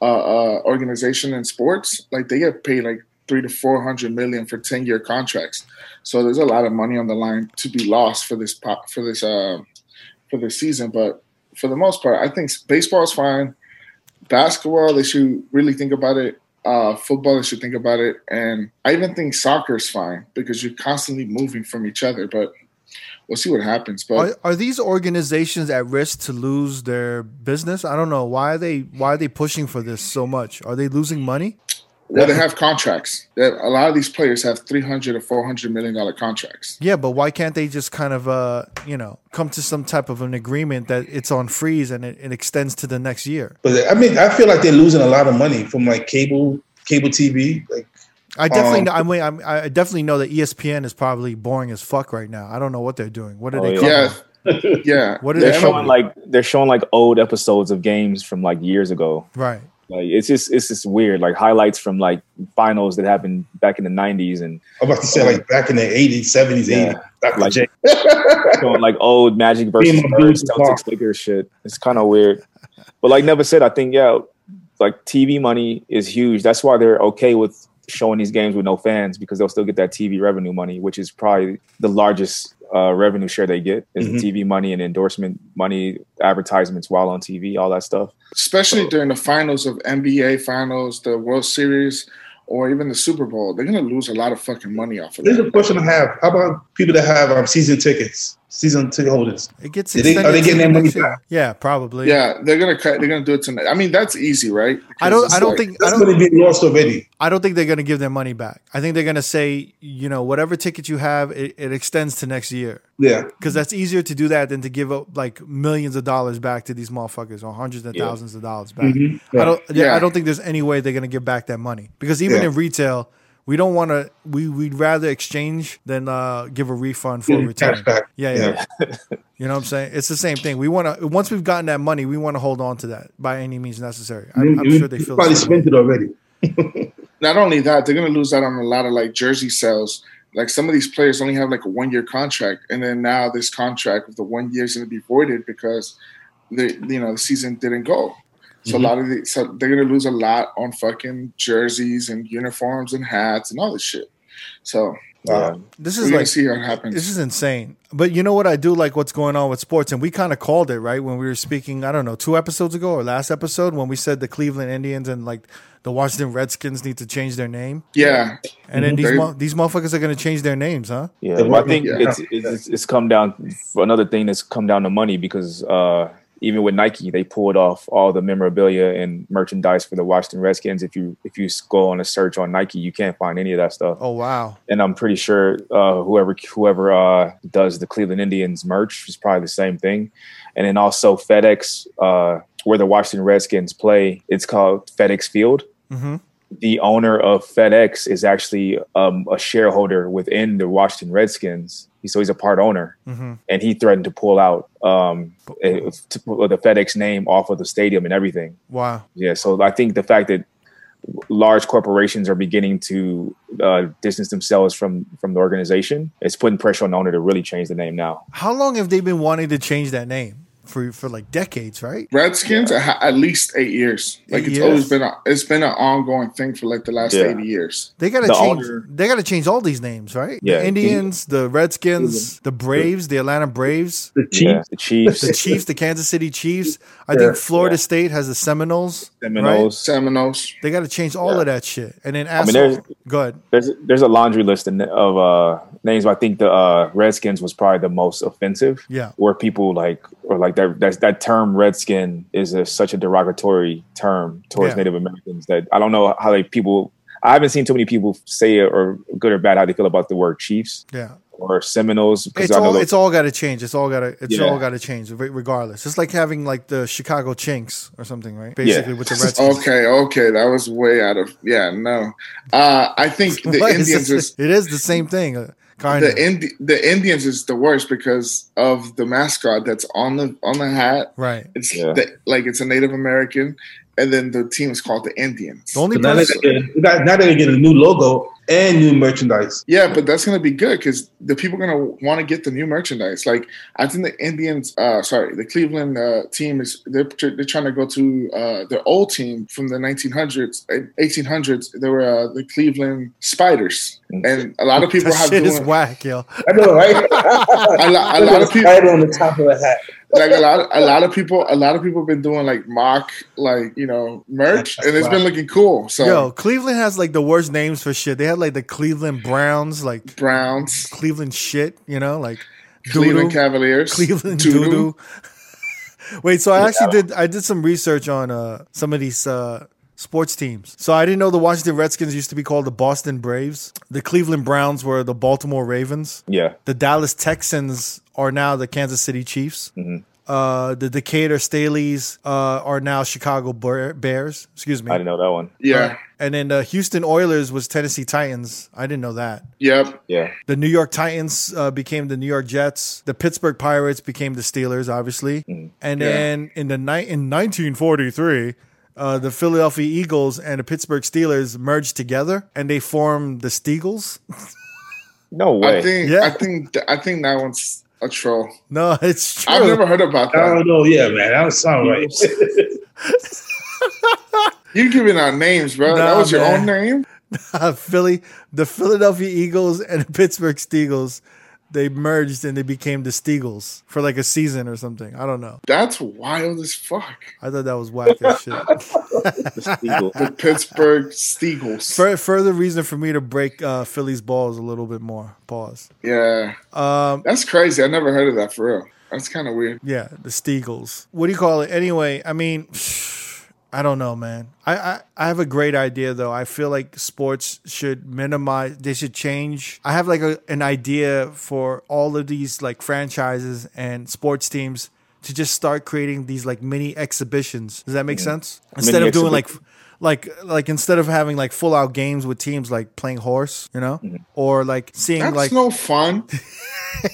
S2: uh, uh, organization in sports. Like they get paid like three to four hundred million for ten year contracts, so there's a lot of money on the line to be lost for this po- for this uh, for this season. But for the most part, I think baseball is fine. Basketball, they should really think about it. Uh, football, they should think about it. And I even think soccer is fine because you're constantly moving from each other. But we'll see what happens. But
S1: Are, are these organizations at risk to lose their business? I don't know. Why are they why are they pushing for this so much? Are they losing money?
S2: well, they have contracts. That a lot of these players have three hundred or four hundred million dollar contracts.
S1: Yeah, but why can't they just kind of uh, you know, come to some type of an agreement that it's on freeze and it, it extends to the next year?
S4: But I mean, I feel like they're losing a lot of money from like cable, cable TV. Like,
S1: I definitely,
S4: Um,
S1: know, I mean, I'm, I definitely know that E ESPN is probably boring as fuck right now. I don't know what they're doing. What are
S3: Oh,
S1: they?
S3: yeah.
S1: covering?
S2: Yeah, yeah.
S1: What are
S3: They're
S1: they
S3: showing
S1: showing?
S3: like they're showing like old episodes of games from like years ago.
S1: right.
S3: Like it's just it's just weird. Like highlights from like finals that happened back in the '90s and
S4: I'm about to say, like back in the 80s, 70s,
S3: Yeah.
S4: 80s. Dr.
S3: Like-
S4: J.
S3: showing like old Magic versus
S4: Being a
S3: Birds,
S4: dude to talk.
S3: Celtics Lakers shit. It's kind of weird. But like never said, I think yeah, like TV money is huge. That's why they're okay with showing these games with no fans because they'll still get that TV revenue money, which is probably the largest uh, revenue share they get is
S4: Mhm.
S3: the TV money and endorsement money, advertisements while on TV, all that stuff.
S2: especially during the finals of NBA finals, the World Series, or even the Super Bowl, they're gonna lose a lot of fucking money off of
S4: Here's a
S2: that.
S4: question I have. How about people that have um, season tickets, season ticket holders?
S1: It gets
S4: Did they- are
S1: extended
S4: they
S1: to
S4: getting
S1: the
S4: their money
S1: next year.
S4: back?
S1: Yeah, probably.
S2: Yeah, they're gonna cut. They're gonna do it tonight. I mean, that's easy, right?
S1: I
S2: Because
S1: don't.
S2: it's
S1: I don't
S2: like-
S1: think. I
S4: That's
S1: don't.
S4: going to be lost already.
S1: I don't think they're going to give their money back. I think they're going to say, you know, whatever ticket you have, it, it extends to next year
S4: Yeah.
S1: because that's easier to do that than to give up like millions of dollars back to these motherfuckers or hundreds of
S3: Yeah.
S1: thousands of dollars back.
S4: Mhm.
S1: I don't.
S2: Yeah.
S1: I don't think there's any way they're going to give back that money because even
S4: Yeah.
S1: in retail, we don't want to. We we'd rather exchange than uh, give a refund for a
S4: Getting
S1: return.
S4: cash back.
S1: Yeah, yeah. you know what I'm saying? It's the same thing. We want to once we've gotten that money, we want to hold on to that by any means necessary. I,
S4: You-
S1: I'm
S4: Mm-hmm. you
S1: sure they feel the
S4: probably
S1: same way.
S4: spent it already.
S2: not only that, they're gonna lose out on a lot of like jersey sales like some of these players only have like a one year contract, and then now this contract with the one year is going to be voided because the you know the season didn't go.
S1: Mm-hmm.
S2: So
S5: Mhm.
S2: a lot of the, so they're going to lose a lot on fucking jerseys and uniforms and hats and all this shit. So
S3: Yeah.
S1: This
S2: we're
S1: is
S2: going
S1: like
S2: to see how it happens.
S1: This is insane. But you know what I do like what's going on with sports, and we kind of called it right when we were speaking. I don't know, two episodes ago or last episode when we said the Cleveland Indians and like the Washington Redskins need to change their name,
S2: yeah,
S1: and then these
S2: They-
S1: mo- these motherfuckers are going to change their names, huh?
S3: Yeah,
S4: The
S3: but I
S4: market-
S3: think
S2: yeah.
S3: it's, it's it's come down for another thing that's come down to money because uh, even with Nike, they pulled off all the memorabilia and merchandise for the Washington Redskins. If you if you go on a search on Nike, you can't find any of that stuff.
S1: Oh wow,
S3: And I'm pretty sure uh, whoever whoever uh, does the Cleveland Indians merch is probably the same thing. And then also FedEx, uh, where the Washington Redskins play, it's called FedEx Field
S1: hmm
S3: the owner of FedEx is actually um, a shareholder within the Washington Redskins. He- So he's a part owner,
S1: hmm
S3: and he threatened to pull out um, eh, to pull the FedEx name off of the stadium and everything.
S1: wow,
S3: Yeah, so I think the fact that large corporations are beginning to uh, distance themselves from from the organization is putting pressure on the owner to really change the name now.
S1: how long have they been wanting to change that name for for like decades, right?
S2: Redskins at, at least eight years. Like
S1: Eight
S2: it's
S1: years.
S2: always been a, it's been an ongoing thing for like the last
S3: Yeah.
S2: eighty years.
S1: They got to
S3: The
S1: change.
S3: owner-
S1: They got to change all these names, right?
S3: Yeah.
S1: the Indians, the Redskins, the Braves, the Atlanta Braves.
S4: The Chiefs.
S3: Yeah, the Chiefs,
S1: The Chiefs, the Kansas City Chiefs. I
S4: Yeah.
S1: think Florida State has the Seminoles. right?
S3: Seminoles.
S2: Seminoles.
S1: They got to change all of that shit. And then
S3: mean,
S1: ask.
S3: there's-
S1: go ahead.
S3: There's there's a laundry list of, of uh, names. but I think the uh, Redskins was probably the most offensive.
S1: Yeah.
S3: where people like or like that that that term redskin is a, such a derogatory term towards
S1: Yeah.
S3: Native Americans that I don't know how they people I haven't seen too many people say it or good or bad how they feel about the word Chiefs
S1: Yeah.
S3: or Seminoles because
S1: It's
S3: I know
S1: all,
S3: those-
S1: it's all got to change. It's all got to it's
S3: Yeah.
S1: all got to change re- regardless. It's like having like the Chicago Chinks or something, right? Basically with the Redskins.
S2: Okay, okay, that was way out of yeah. No, uh, I think the
S1: What? It's
S2: Indians
S1: the-
S2: is
S1: it is the same thing. uh, Kind
S2: the
S1: of.
S2: Indi- the Indians is the worst because of the mascot that's on the on the hat.
S1: Right.
S2: It's
S3: Yeah.
S2: the, like it's a Native American, and then the team is called the Indians.
S1: The only
S4: But now, they
S1: person,
S4: get, now now they get a new logo and new merchandise.
S2: Yeah, but that's gonna be good because the people are gonna want to get the new merchandise. Like I think the Indians, uh, sorry, the Cleveland uh, team is they're tr- they're trying to go to uh, their old team from the 1900s, eh, 1800s. They were uh, the Cleveland Spiders, and a lot of people
S1: Mm-hmm. that
S2: have
S1: shit is
S2: doing
S1: whack, yo.
S4: I know, right?
S2: a, lot, a lot of people
S4: Spider on the top of a hat.
S2: like a lot a lot of people a lot of people have been doing like mock like you know merch, and it's been looking cool. So
S1: Yo, Cleveland has like the worst names for shit. They had like the Cleveland Browns, like
S2: Browns,
S1: Cleveland shit, you know, like
S2: Cleveland
S1: doodoo.
S2: Cavaliers,
S1: Cleveland
S2: Doodoo.
S1: doo doo. Wait, so I actually did I did some research on uh, some of these uh, sports teams. So I didn't know the Washington Redskins used to be called the Boston Braves. The Cleveland Browns were the Baltimore Ravens.
S3: yeah
S1: The Dallas Texans are now the Kansas City Chiefs.
S3: Mm-hmm.
S1: Uh, the Decatur Staleys uh, are now Chicago Bear- Bears. Excuse
S3: I
S1: me.
S3: didn't know that one
S2: Yeah,
S1: And then the Houston Oilers was Tennessee Titans. I didn't know that.
S2: yep.
S3: yeah
S1: The New York Titans uh, became the New York Jets. The Pittsburgh Pirates became the Steelers, obviously. And
S2: Yeah.
S1: then in the night in 1943, uh, the Philadelphia Eagles and the Pittsburgh Steelers merged together, and they formed the Steagles.
S3: no way
S2: I think
S1: Yeah.
S2: I think th- I think that one's a troll.
S1: No, it's true.
S2: I've never heard about
S4: I
S2: that.
S4: don't know. Yeah, man, that was sound right.
S2: You giving out names, bro?
S1: Nah,
S2: that was your
S1: man.
S2: own name.
S1: Uh, Philly, the Philadelphia Eagles and the Pittsburgh Steagles, they merged and they became the Steagles for like a season or something. I don't know.
S2: That's wild as fuck.
S1: I thought that was whack as shit.
S3: The Eagles.
S2: The Pittsburgh Steagles.
S1: Fur- further reason for me to break uh, Philly's balls a little bit more. Pause.
S2: yeah,
S1: Um,
S2: that's crazy. I never heard of that for real. That's kind of weird.
S1: Yeah, the Steagles. What do you call it? Anyway, I mean, I don't know, man. I, I, I have a great idea though. I feel like sports should minimize. They should change. I have like a, an idea for all of these like franchises and sports teams to just start creating these like mini exhibitions. Does that make sense? Instead
S3: Mini
S1: of doing like
S3: exhibition.
S1: like like instead of having like full out games with teams like playing horse, you know, or like seeing
S2: That's
S1: like
S2: no fun.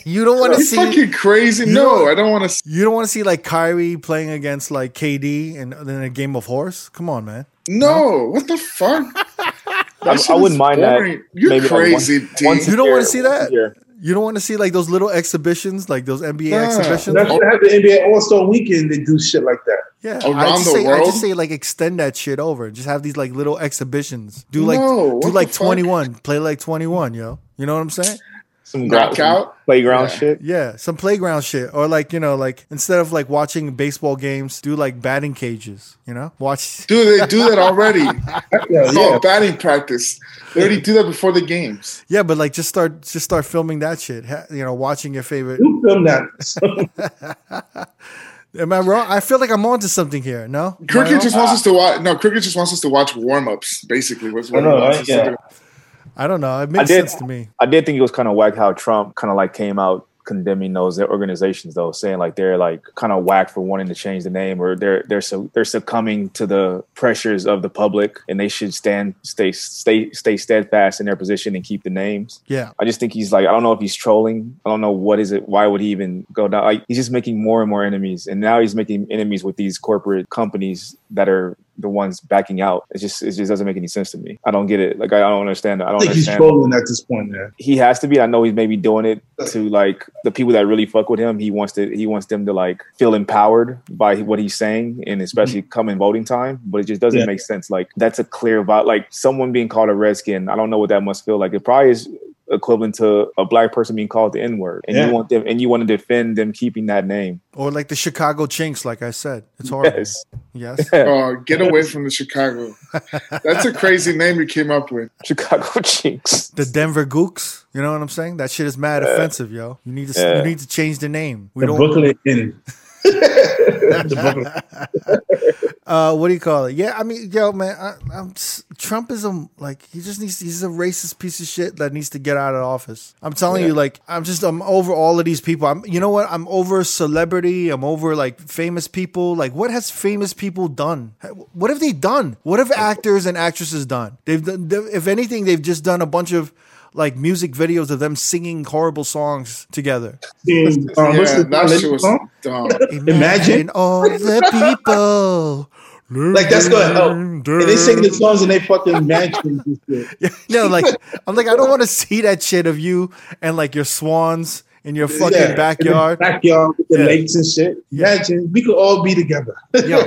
S1: you don't want to
S2: You
S1: see
S2: fucking crazy.
S1: You
S2: no,
S1: know-
S2: I don't want to.
S1: you don't want to see like Kyrie playing against like KD and then a game of horse. Come on, man.
S2: No, what the fuck?
S3: I, I wouldn't mind that.
S2: You're
S3: maybe like
S2: crazy,
S3: once-
S2: T.
S3: once a
S1: You don't
S3: year,
S1: wanna see
S3: once a
S1: that?
S3: year.
S1: You don't want to see like those little exhibitions, like those NBA
S2: Yeah.
S1: exhibitions.
S4: That's what happened in NBA All Star Weekend. They do shit like that.
S1: Yeah, I
S2: Around
S1: just,
S2: the
S1: say, I
S2: world?
S1: just say like extend that shit over. Just have these like little exhibitions. Do like
S2: No, what
S1: do
S2: the
S1: like
S2: fuck?
S1: twenty one. Play like twenty one, yo. You know what I'm saying?
S3: Some ground, some
S2: Knockout.
S3: playground
S2: Yeah.
S3: shit.
S1: Yeah, some playground shit, or like you know, like instead of like watching baseball games, do like batting cages. You know, watch.
S2: Dude, they do that already.
S4: Yeah,
S2: It's
S4: yeah.
S2: called batting practice. They already do that before the games.
S1: Yeah, but like just start just start filming that shit. Ha- You know, watching your favorite.
S4: You film that.
S1: Am I wrong? I feel like I'm onto something here. No, Am I
S2: Cricket
S1: wrong?
S2: just wants us to watch. No, cricket just wants us to watch warm ups. Basically, what's
S4: I
S2: what he
S4: know,
S2: wants
S4: right?
S2: us
S4: Yeah.
S2: to do.
S1: I don't know. It makes
S3: did-
S1: sense to me.
S3: I did think it was kind of whack how Trump kind of like came out condemning those their organizations though, saying like they're like kind of whack for wanting to change the name or they're they're so they're succumbing to the pressures of the public and they should stand stay stay stay steadfast in their position and keep the names.
S1: Yeah,
S3: I just think he's like I don't know if he's trolling. I don't know what is it. Why would he even go down? Like, he's just making more and more enemies, and now he's making enemies with these corporate companies that are the ones backing out. It just it just doesn't make any sense to me. I don't get it. Like I don't understand. it. I
S4: I
S3: don't
S4: think he's
S3: understand
S4: trolling at this point, man.
S3: he has to be. I know he's maybe doing it to like the people that really fuck with him. He wants to. He wants them to like feel empowered by what he's saying, and especially come in voting time. But it just doesn't
S4: Yeah.
S3: make sense. Like that's a clear vi Like someone being called a redskin. I don't know what that must feel like. It probably is equivalent to a black person being called the N word, and
S4: Yeah.
S3: you want them, and you want to defend them keeping that name.
S1: or like the Chicago Chinks. Like I said, it's horrible.
S3: Yes,
S1: yes.
S2: Oh, get away from the Chicago. That's a crazy name you came up with.
S3: Chicago chinks.
S1: the Denver Gooks. You know what I'm saying? That shit is mad offensive, yo. You need to
S3: Yeah.
S1: you need to change the name. We
S4: The
S1: don't.
S4: Brooklyn in the Brooklyn.
S1: Uh, what do you call it? Yeah, I mean, yo, man, I, I'm s- Trump is a like he just needs he's a racist piece of shit that needs to get out of office. I'm telling you, like I'm just I'm over all of these people. I'm you know what? I'm over celebrity. I'm over like famous people. Like what has famous people done? What have they done? What have actors and actresses done? They've done, they- if anything, they've just done a bunch of like music videos of them singing horrible songs together.
S4: Team, um, what's
S2: Yeah,
S4: the
S2: that shit was
S4: song?
S2: dumb.
S4: Imagine.
S1: all the people.
S4: Like that's gonna help. And they sing the songs and they fucking mansion and shit.
S1: no, like I'm like I don't want to see that shit of you and like your swans in your fucking
S4: Yeah, in the
S1: backyard.
S4: backyard with the
S1: Yeah.
S4: lakes and shit.
S1: Yeah.
S4: Imagine we could all be together.
S1: Yo,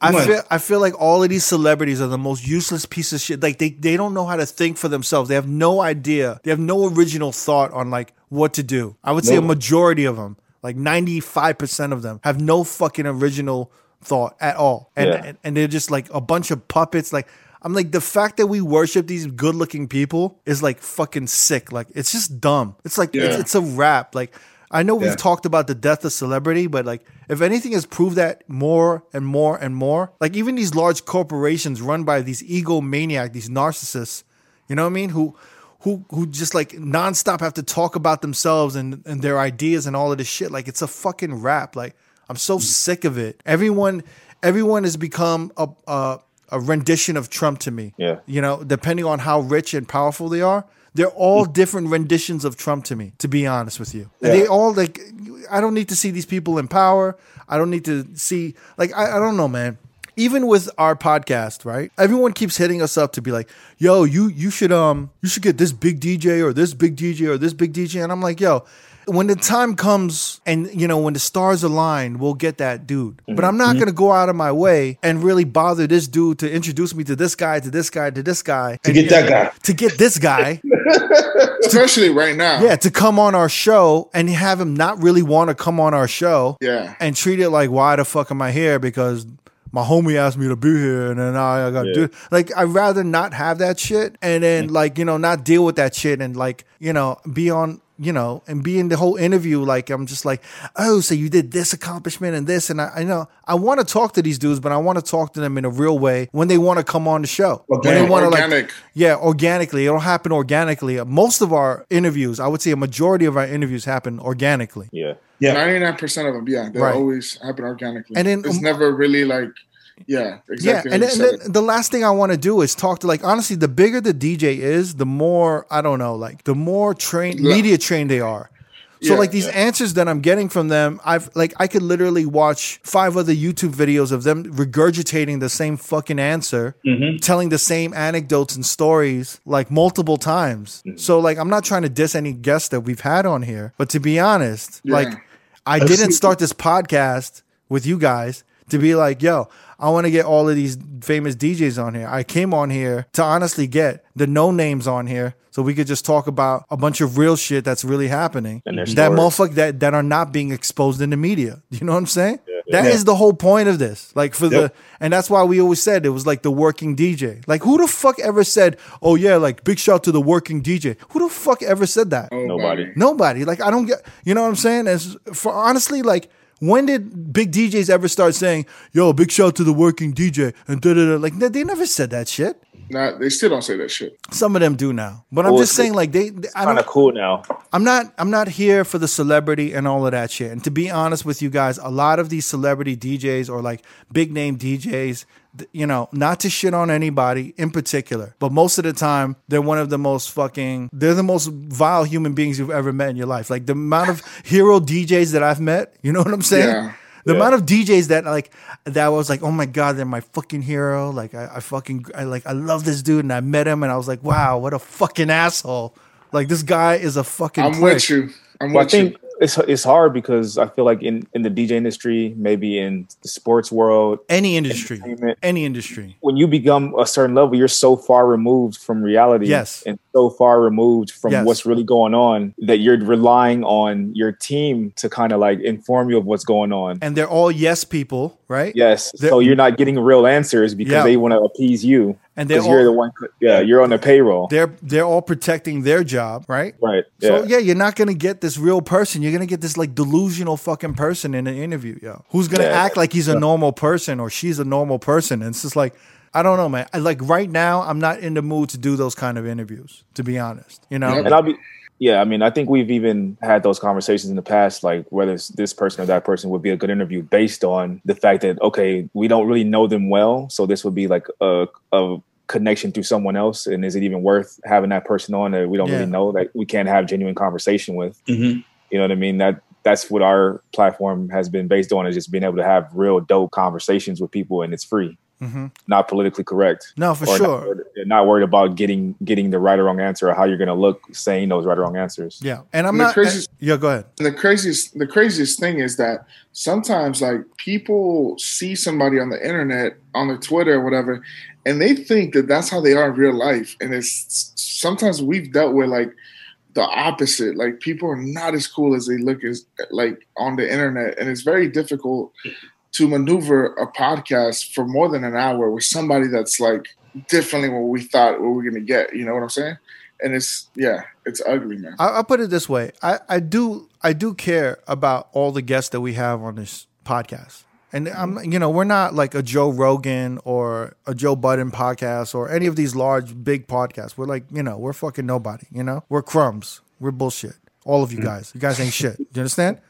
S1: I
S4: Come on.
S1: feel I feel like all of these celebrities are the most useless piece of shit. Like they they don't know how to think for themselves. They have no idea. They have no original thought on like what to do. I would say a majority of them, like 95% of them have no fucking original thought at all. And
S3: Yeah.
S1: and, and they're just like a bunch of puppets like I'm like the fact that we worship these good-looking people is like fucking sick. Like it's just dumb. It's like it's,
S2: Yeah.
S1: it's a rap. Like I know
S4: Yeah.
S1: we've talked about the death of celebrity, but like if anything has proved that more and more and more, like even these large corporations run by these egomaniac, these narcissists, you know what I mean? Who who who just like nonstop have to talk about themselves and, and their ideas and all of this shit. Like it's a fucking rap. Like I'm so sick of it. Everyone everyone has become a a, a rendition of Trump to me.
S3: Yeah.
S1: You know, depending on how rich and powerful they are, they're all different renditions of Trump to me, to be honest with you. And They all like, I don't need to see these people in power. I don't need to see, like, I, I don't know, man. Even with our podcast, right? Everyone keeps hitting us up to be like, "Yo, you you should um you should get this big DJ or this big DJ or this big DJ," and I'm like, "Yo, when the time comes and you know when the stars align, we'll get that dude."
S4: Mm-hmm.
S1: But I'm not gonna go out of my way and really bother this dude to introduce me to this guy, to this guy, to this guy,
S4: To get that guy.
S1: to get this guy,
S2: Especially right now.
S1: yeah, to come on our show and have him not really want to come on our show
S2: Yeah.
S1: and treat it like, why the fuck am I here? Because my homie asked me to be here and then I, I got to do Like, I'd rather not have that shit and then, like, you know, not deal with that shit and, like, you know, be on. You know, and be in the whole interview, like I'm just like, oh, so you did this accomplishment and this, and I, I know I want to talk to these dudes, but I want to talk to them in a real way when they want to come on the show, when they
S4: Organic.
S1: want to like
S2: Organic.
S1: yeah, organically. It'll happen organically. Most of our interviews, I would say a majority of our interviews happen organically.
S3: Yeah,
S4: Yeah.
S2: Ninety-nine percent of them, yeah, they
S1: Right.
S2: always happen organically.
S1: And then- um,
S2: And then it's never really like, yeah, exactly.
S1: yeah, and,
S2: how you
S1: then,
S2: said
S1: and then the last thing I want to do is talk to like honestly, the bigger the DJ is, the more I don't know, like the more trained
S2: Le-
S1: media trained they are.
S2: it.
S1: So
S2: Yeah,
S1: like these answers that I'm getting from them, I've like I could literally watch five other YouTube videos of them regurgitating the same fucking answer,
S4: Mm-hmm,
S1: telling the same anecdotes and stories like multiple times. So like I'm not trying to diss any guests that we've had on here, but to be honest,
S2: Yeah.
S1: like I didn't start this podcast with you guys to be like, yo, I want to get all of these famous DJs on here. I came on here to honestly get the no names on here so we could just talk about a bunch of real shit that's really happening.
S3: And their
S1: that
S3: stories.
S1: motherfucker that, that are not being exposed in the media. You know what I'm saying? That is
S4: Yeah.
S1: the whole point of this. Like for
S3: Yep.
S1: the and that's why we always said it was like the working DJ. Like who the fuck ever said, "Oh yeah, like big shout to the working DJ." Who the fuck ever said that?
S3: Nobody.
S1: Nobody. Like I don't get. You know what I'm saying? As for honestly, like when did big DJs ever start saying, "Yo, big shout to the working DJ" and da da da? Like they, they never said that shit.
S2: Nah, they still don't say that shit.
S1: Some of them do now, but I'm
S3: Well,
S1: just
S3: it's-
S1: saying, like they. they- I
S3: Kind
S1: don't,
S3: of cool now.
S1: I'm not. I'm not here for the celebrity and all of that shit. And to be honest with you guys, a lot of these celebrity DJs or like big name DJs, th- you know, not to shit on anybody in particular, but most of the time they're one of the most fucking. They're the most vile human beings you've ever met in your life. Like the amount of hero DJs that I've met. You know what I'm saying?
S2: Yeah.
S1: The
S3: Yeah.
S1: amount of DJs that like that was like, oh my god, they're my fucking hero. Like I, I fucking I like I love this dude, and I met him, and I was like, wow, what a fucking asshole. Like this guy is a fucking.
S2: I'm
S1: prick.
S2: with you. I'm
S3: Well, I
S2: with you.
S3: think it's it's hard because I feel like in in the DJ industry, maybe in the sports world,
S1: Any industry,
S3: Entertainment.
S1: any industry.
S3: when you become a certain level, you're so far removed from reality,
S1: Yes.
S3: and so far removed from
S1: Yes.
S3: what's really going on that you're relying on your team to kind of like inform you of what's going on.
S1: And they're all yes people, right?
S3: Yes,
S1: They're-
S3: so you're not getting real answers because
S1: Yeah.
S3: they want to appease you
S1: And they're
S3: because you're the
S1: all,
S3: one. Yeah, you're on the payroll,
S1: they're they're all protecting their job, right?
S3: right?
S1: So yeah, you're not gonna get this real person. You're gonna get this like delusional fucking person in an interview, yo. Who's gonna
S3: Yeah.
S1: act like he's a normal person or she's a normal person? And it's just like, I don't know, man. I, like right now, I'm not in the mood to do those kind of interviews, to be honest. You know?
S2: Yep.
S3: and I'll be yeah, I mean, I think we've even had those conversations in the past, like whether it's this person or that person would be a good interview based on the fact that okay, we don't really know them well, so this would be like a a connection through someone else, and is it even worth having that person on that we don't
S1: Yeah.
S3: really know that we can't have genuine conversation with?
S4: Mhm.
S3: You know what I mean? That that's what our platform has been based on is just being able to have real dope conversations with people, and it's free,
S1: Mhm.
S3: not politically correct
S1: No, for
S3: or
S1: sure.
S3: Not, worried- not worried about getting getting the right or wrong answer or how you're going to look saying those right or wrong answers.
S1: yeah. And I'm
S2: And the
S1: not
S2: craziest-
S1: Yeah, go ahead.
S2: And the craziest the craziest thing is that sometimes like people see somebody on the internet on their twitter or whatever and they think that that's how they are in real life and it's sometimes we've dealt with like the opposite like people are not as cool as they look as like on the internet and it's very difficult to maneuver a podcast for more than an hour with somebody that's like differently what we thought what we are gonna get you know what i'm saying and it's yeah it's ugly man
S1: I, I'll put it this way: I, I do I do care about all the guests that we have on this podcast, and I'm you know we're not like a Joe Rogan or a Joe Budden podcast or any of these large big podcasts. We're like you know we're fucking nobody. You know we're crumbs. We're bullshit. All of you guys, you guys ain't shit. You understand?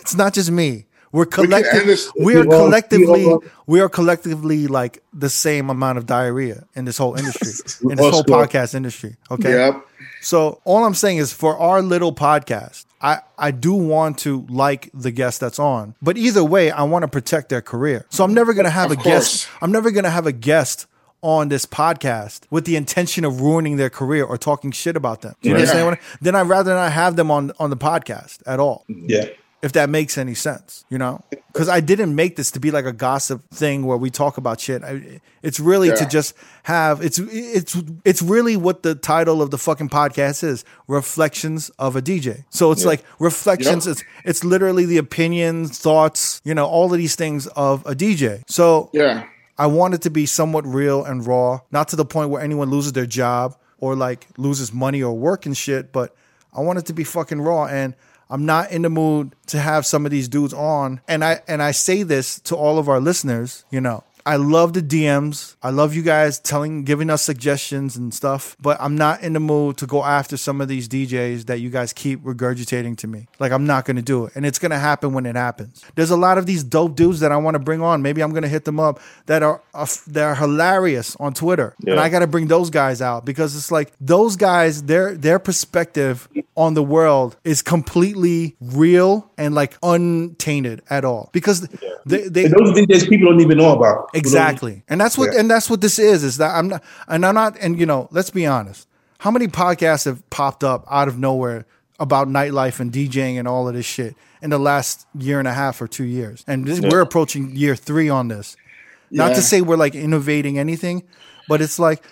S1: it's not just me. We're
S2: end
S1: collective.
S2: this-
S1: We are
S4: We all-
S1: collectively.
S4: we all-
S1: We are collectively like the same amount of diarrhea in this whole industry, in this
S4: all
S1: whole
S4: screwed up.
S1: podcast industry. Okay.
S2: yep
S1: So all I'm saying is for our little podcast, I, I do want to like the guest that's on, but either way, I want to protect their career. So I'm never gonna have
S2: Of
S1: a guest.
S2: course.
S1: I'm never gonna have a guest on this podcast with the intention of ruining their career or talking shit about them. Do you
S4: Right.
S1: understand what I- Then I'd rather not have them on on the podcast at all
S4: Yeah.
S1: if that makes any sense, you know? Because I didn't make this to be like a gossip thing where we talk about shit. I, it's really to
S2: Yeah.
S1: just have it's it's it's really what the title of the fucking podcast is: reflections of a DJ. So it's like reflections. It's it's literally the opinions, thoughts, you know, all of these things of a DJ. So
S2: yeah
S1: I want it to be somewhat real and raw, not to the point where anyone loses their job or like loses money or work and shit, but I want it to be fucking raw and I'm not in the mood to have some of these dudes on. And I and I say this to all of our listeners, you know, I love the DMs. I love you guys telling, giving us suggestions and stuff. But I'm not in the mood to go after some of these DJs that you guys keep regurgitating to me. Like I'm not gonna do it, and it's gonna happen when it happens. There's a lot of these dope dudes that I want to bring on. Maybe I'm gonna hit them up that are uh, that are hilarious on Twitter, and
S3: Yeah.
S1: I got to bring those guys out because it's like those guys their their perspective on the world is completely real and like untainted at all because they, they
S4: And those DJs people don't even know about.
S1: Exactly. And that's what
S4: Yeah.
S1: and that's what this is is that I'm not and I'm not and you know, let's be honest. How many podcasts have popped up out of nowhere about nightlife and DJing and all of this shit in the last year and a half or 2 years? And this, we're approaching year 3 on this. Not
S2: Yeah.
S1: to say we're like innovating anything, but it's like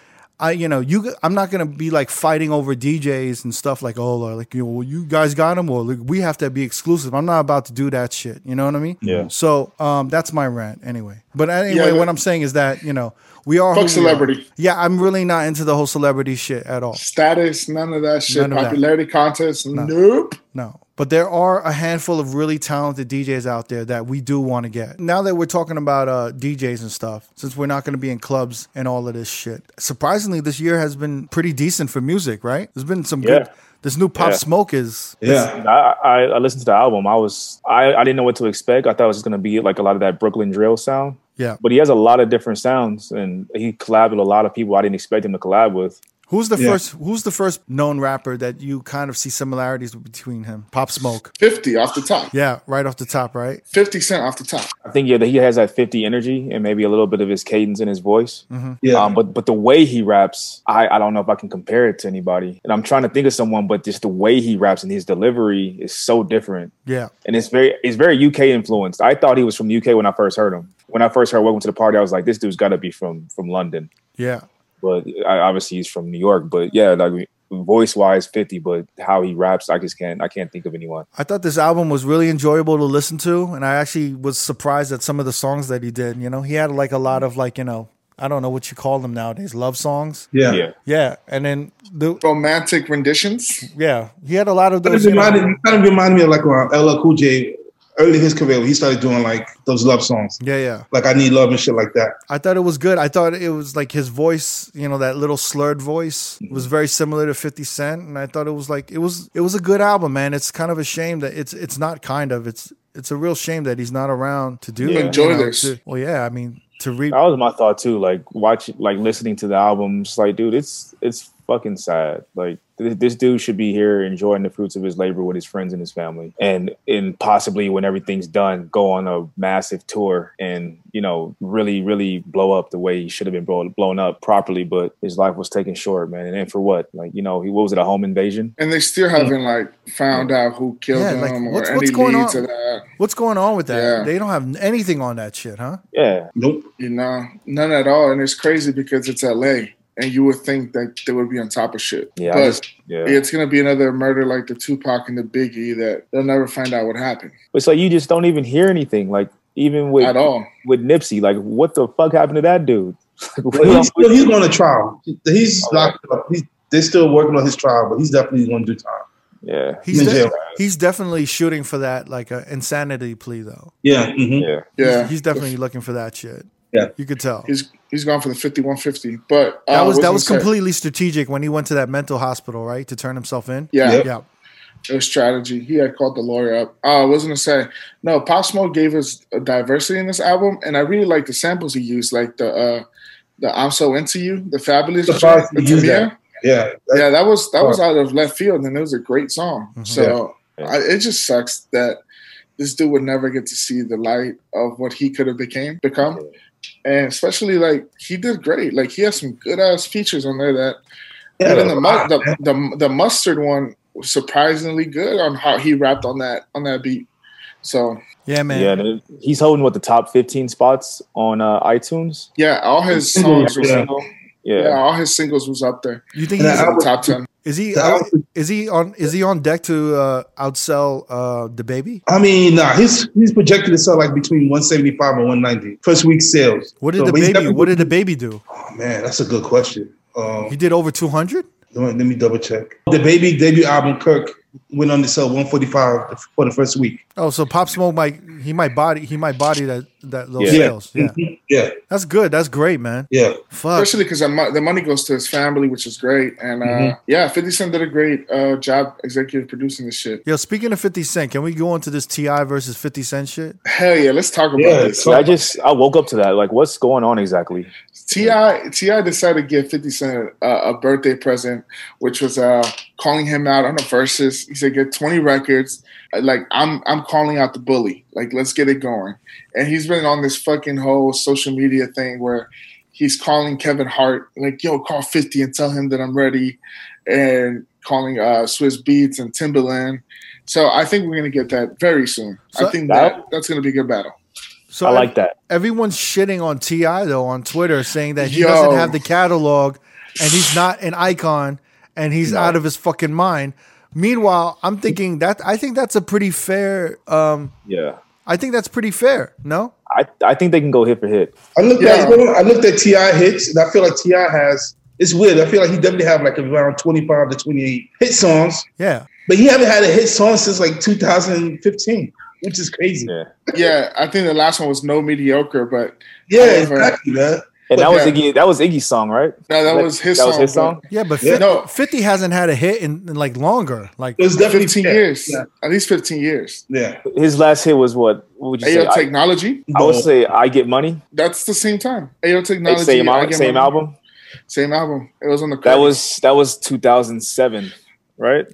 S1: I you know you I'm not gonna be like fighting over DJs and stuff like oh like you know well, you guys got them or like, we have to be exclusive. I'm not about to do that shit. You know what I mean?
S3: Yeah.
S1: So um, that's my rant anyway. But anyway,
S2: Yeah, but-
S1: what I'm saying is that you know we are
S2: Fuck
S1: who we
S2: celebrity.
S1: are. Yeah, I'm really not into the whole celebrity shit at all.
S2: Status, none of that shit.
S1: Oh. None of that.
S2: Popularity contests, nope.
S1: No. But there are a handful of really talented DJs out there that we do want to get. Now that we're talking about uh, DJs and stuff, since we're not going to be in clubs and all of this shit, surprisingly, this year has been pretty decent for music, right? There's been some good.
S3: Yeah.
S1: This new Pop
S3: Yeah.
S1: Smoke is.
S4: Yeah.
S3: I, I I listened to the album. I was I, I didn't know what to expect. I thought it was just gonna be like a lot of that Brooklyn drill sound.
S1: Yeah.
S3: But he has a lot of different sounds, and he collabed with a lot of people I didn't expect him to collab with.
S1: Who's the
S4: Yeah.
S1: first? Who's the first known rapper that you kind of see similarities between him? Pop Smoke.
S2: 50 off the top.
S1: Yeah, right off the top, right?
S2: 50 Cent off the top.
S3: I think yeah, that he has that fifty energy and maybe a little bit of his cadence in his voice.
S1: Mm-hmm.
S4: Yeah.
S3: Um, but but the way he raps, I, I don't know if I can compare it to anybody. And I'm trying to think of someone, but just the way he raps and his delivery is so different.
S1: Yeah.
S3: And it's very it's very UK influenced. I thought he was from UK when I first heard him. When I first heard "Welcome to the Party," I was like, "This dude's got to be from from London."
S1: Yeah.
S3: But I, obviously, he's from New York. But yeah, like voice wise, fifty. But how he raps, I just can't I can't think of anyone.
S1: I thought this album was really enjoyable to listen to, and I actually was surprised at some of the songs that he did. You know, he had like a lot of like you know, I don't know what you call them nowadays, love songs.
S4: Yeah.
S3: Yeah,
S1: Yeah, and then the
S2: Romantic renditions.
S1: yeah, he had a lot of
S4: Kind of
S1: those. you know-
S4: reminded, kind of reminded me of like around LL Cool J early in his career when he started doing like those love songs,
S1: yeah, yeah.
S4: like I Need Love and shit like that.
S1: I thought it was good. I thought it was like his voice, you know, that little slurred voice was very similar to 50 Cent. And I thought it was like it was it was a good album, man. It's kind of a shame that it's it's not kind of it's it's a real shame that he's not around to do
S3: Yeah.
S1: you
S2: Enjoy
S1: know,
S2: this.
S1: to- well, yeah, I mean to reap
S3: that was my thought too. Like watching, like listening to the album, just like dude, it's it's fucking sad. Like th- this dude should be here enjoying the fruits of his labor with his friends and his family, and and possibly when everything's done, go on a massive tour and you know really really blow up the way he should have been blown blown up properly. But his life was taken short, man. And, then for what? Like you know, he what was it a home invasion?
S2: And they still haven't like found out who killed
S1: Yeah,
S2: him
S1: like,
S2: or
S1: what's-
S2: any
S1: what's going
S2: leads
S1: on?
S2: to that.
S1: What's going on with that?
S2: Yeah.
S1: They don't have anything on that shit, huh?
S3: Yeah,
S4: Nope.
S2: You know, none at all. And it's crazy because it's LA and you would think that they would be on top of shit.
S3: Yeah, I
S2: But
S3: just- yeah.
S2: it's going to be another murder like the Tupac and the Biggie that they'll never find out what happened
S3: It's like you just don't even hear anything. Like even with
S2: at all.
S3: with Nipsey, like what the fuck happened to that dude?
S4: But he's, still, he's going to trial. He's locked up. He's, they're still working on his trial, but he's definitely going to do time.
S3: yeah.
S1: He's
S4: In
S1: de-
S4: jail.
S1: he's definitely shooting for that like uh, insanity plea though.
S4: Yeah. mhm.
S3: Yeah.
S2: Yeah.
S1: He's, he's definitely looking for that shit.
S4: Yeah.
S1: You could tell.
S2: He's he's gone for the 5150. But uh,
S1: that was
S2: what
S1: that was
S2: I gonna say?
S1: completely strategic when he went to that mental hospital, right? To turn himself in.
S2: Yeah.
S4: Yep.
S1: Yeah.
S2: It was strategy. He had called the lawyer up. Uh, I was gonna say no. Pop Smoke gave us a diversity in this album, and I really like the samples he used, like the uh, the "I'm So Into You," the Fabulous,
S4: Surprised
S2: joint,
S4: he used
S2: Tamia.
S4: that. Yeah. That-
S2: Yeah, that was that was out of left field, and it was a great song.
S1: Mhm.
S2: So
S3: Yeah.
S2: I, it just sucks that this dude would never get to see the light of what he could have became become, and especially like he did great. Like he has some good ass features on there that
S4: yeah,
S2: and then the,
S4: a
S2: mu-
S4: lot,
S2: the,
S4: man.
S2: the the mustard one was surprisingly good on how he rapped on that on that beat. So
S1: Yeah, man.
S3: Yeah, dude. he's holding what the top 15 spots on uh, iTunes.
S2: yeah, all his
S4: Singles,
S2: songs were
S4: yeah.
S2: single.
S3: Yeah,
S2: Yeah. all his singles was up there.
S1: You think
S4: And
S1: he's,
S4: I-
S2: in the top ten.
S1: is he
S4: that
S1: out-
S4: was-
S1: is he on is he on deck to uh, outsell uh, the baby?
S4: I mean, nah, he's he's projected to sell like between 175 and 190 first week sales.
S1: What did
S4: So,
S1: the
S4: but he's
S1: baby
S4: definitely-
S1: What did the baby do?
S4: Oh, man, that's a good question. Um,
S1: He did over two hundred.
S4: let me double check. The baby debut album, Kirk, went on to sell 145 for the first week.
S1: Oh, so Pop Smoke might he might body he might body that that those
S3: Yeah.
S1: sales. Yeah,
S4: yeah,
S1: that's good. That's great, man.
S4: Mm-hmm. yeah.
S1: Fuck.
S2: Especially because the money goes to his family, which is great. And uh,
S4: Mhm.
S2: yeah, 50 Cent did a great uh, job executive producing this shit.
S1: Yo, speaking of Fifty Cent, can we go on to this Ti versus Fifty Cent shit?
S2: Hell yeah, let's talk about
S4: Yeah,
S2: this.
S4: so-
S3: I just I woke up to that. Like, what's going on exactly?
S2: Ti Ti decided to give Fifty Cent a, a birthday present, which was uh, calling him out on the verses. He said, "Get twenty records." Uh, Like I'm, I'm calling out the bully. Like let's get it going. And he's been on this fucking whole social media thing where he's calling Kevin Hart, like, "Yo, call Fifty and tell him that I'm ready," and calling uh, Swiss Beats and Timberland. So I think we're gonna get that very soon.
S1: So-
S2: I think that that's gonna be a good battle.
S1: So
S3: I like that.
S1: everyone's shitting on Ti though on Twitter, saying that he
S2: Yo.
S1: doesn't have the catalog and he's not an icon and he's out of his fucking mind. Meanwhile, I'm thinking that I think that's a pretty fair. Um,
S3: Yeah,
S1: I think that's pretty fair. No,
S3: I I think they can go hit for hit.
S4: I looked at
S2: Yeah.
S4: you know, I looked at Ti hits, and I feel like Ti has. It's weird. I feel like he definitely have like around twenty five to twenty eight hit songs,
S1: yeah,
S4: but he haven't had a hit song since like two thousand fifteen, which is crazy.
S3: Yeah,
S2: Yeah, I think the last one was no mediocre, but
S4: Yeah,
S2: However-
S4: exactly, man.
S3: and that was
S2: Yeah.
S3: Iggy. That was Iggy's song, right?
S2: no, that
S3: That-
S2: was his
S3: that
S2: song.
S3: was his
S2: but-
S3: song?
S1: yeah, but
S4: Yeah.
S1: 50,
S2: No.
S1: hasn't had a hit in, in like longer. Like
S4: It was definitely
S2: 15
S4: yeah,
S2: years.
S4: Yeah,
S2: At least 15 years.
S4: yeah.
S3: His last hit was what? What would you
S2: AO
S3: say? I,
S2: Technology,
S3: I would say I get money.
S2: that's the same time. AO
S3: Hey,
S2: Technology.
S3: same
S2: I
S3: al-
S2: Get
S3: same
S2: Money.
S3: album.
S2: Same album. It was on the
S3: That
S2: credits.
S3: was that was 2007, right?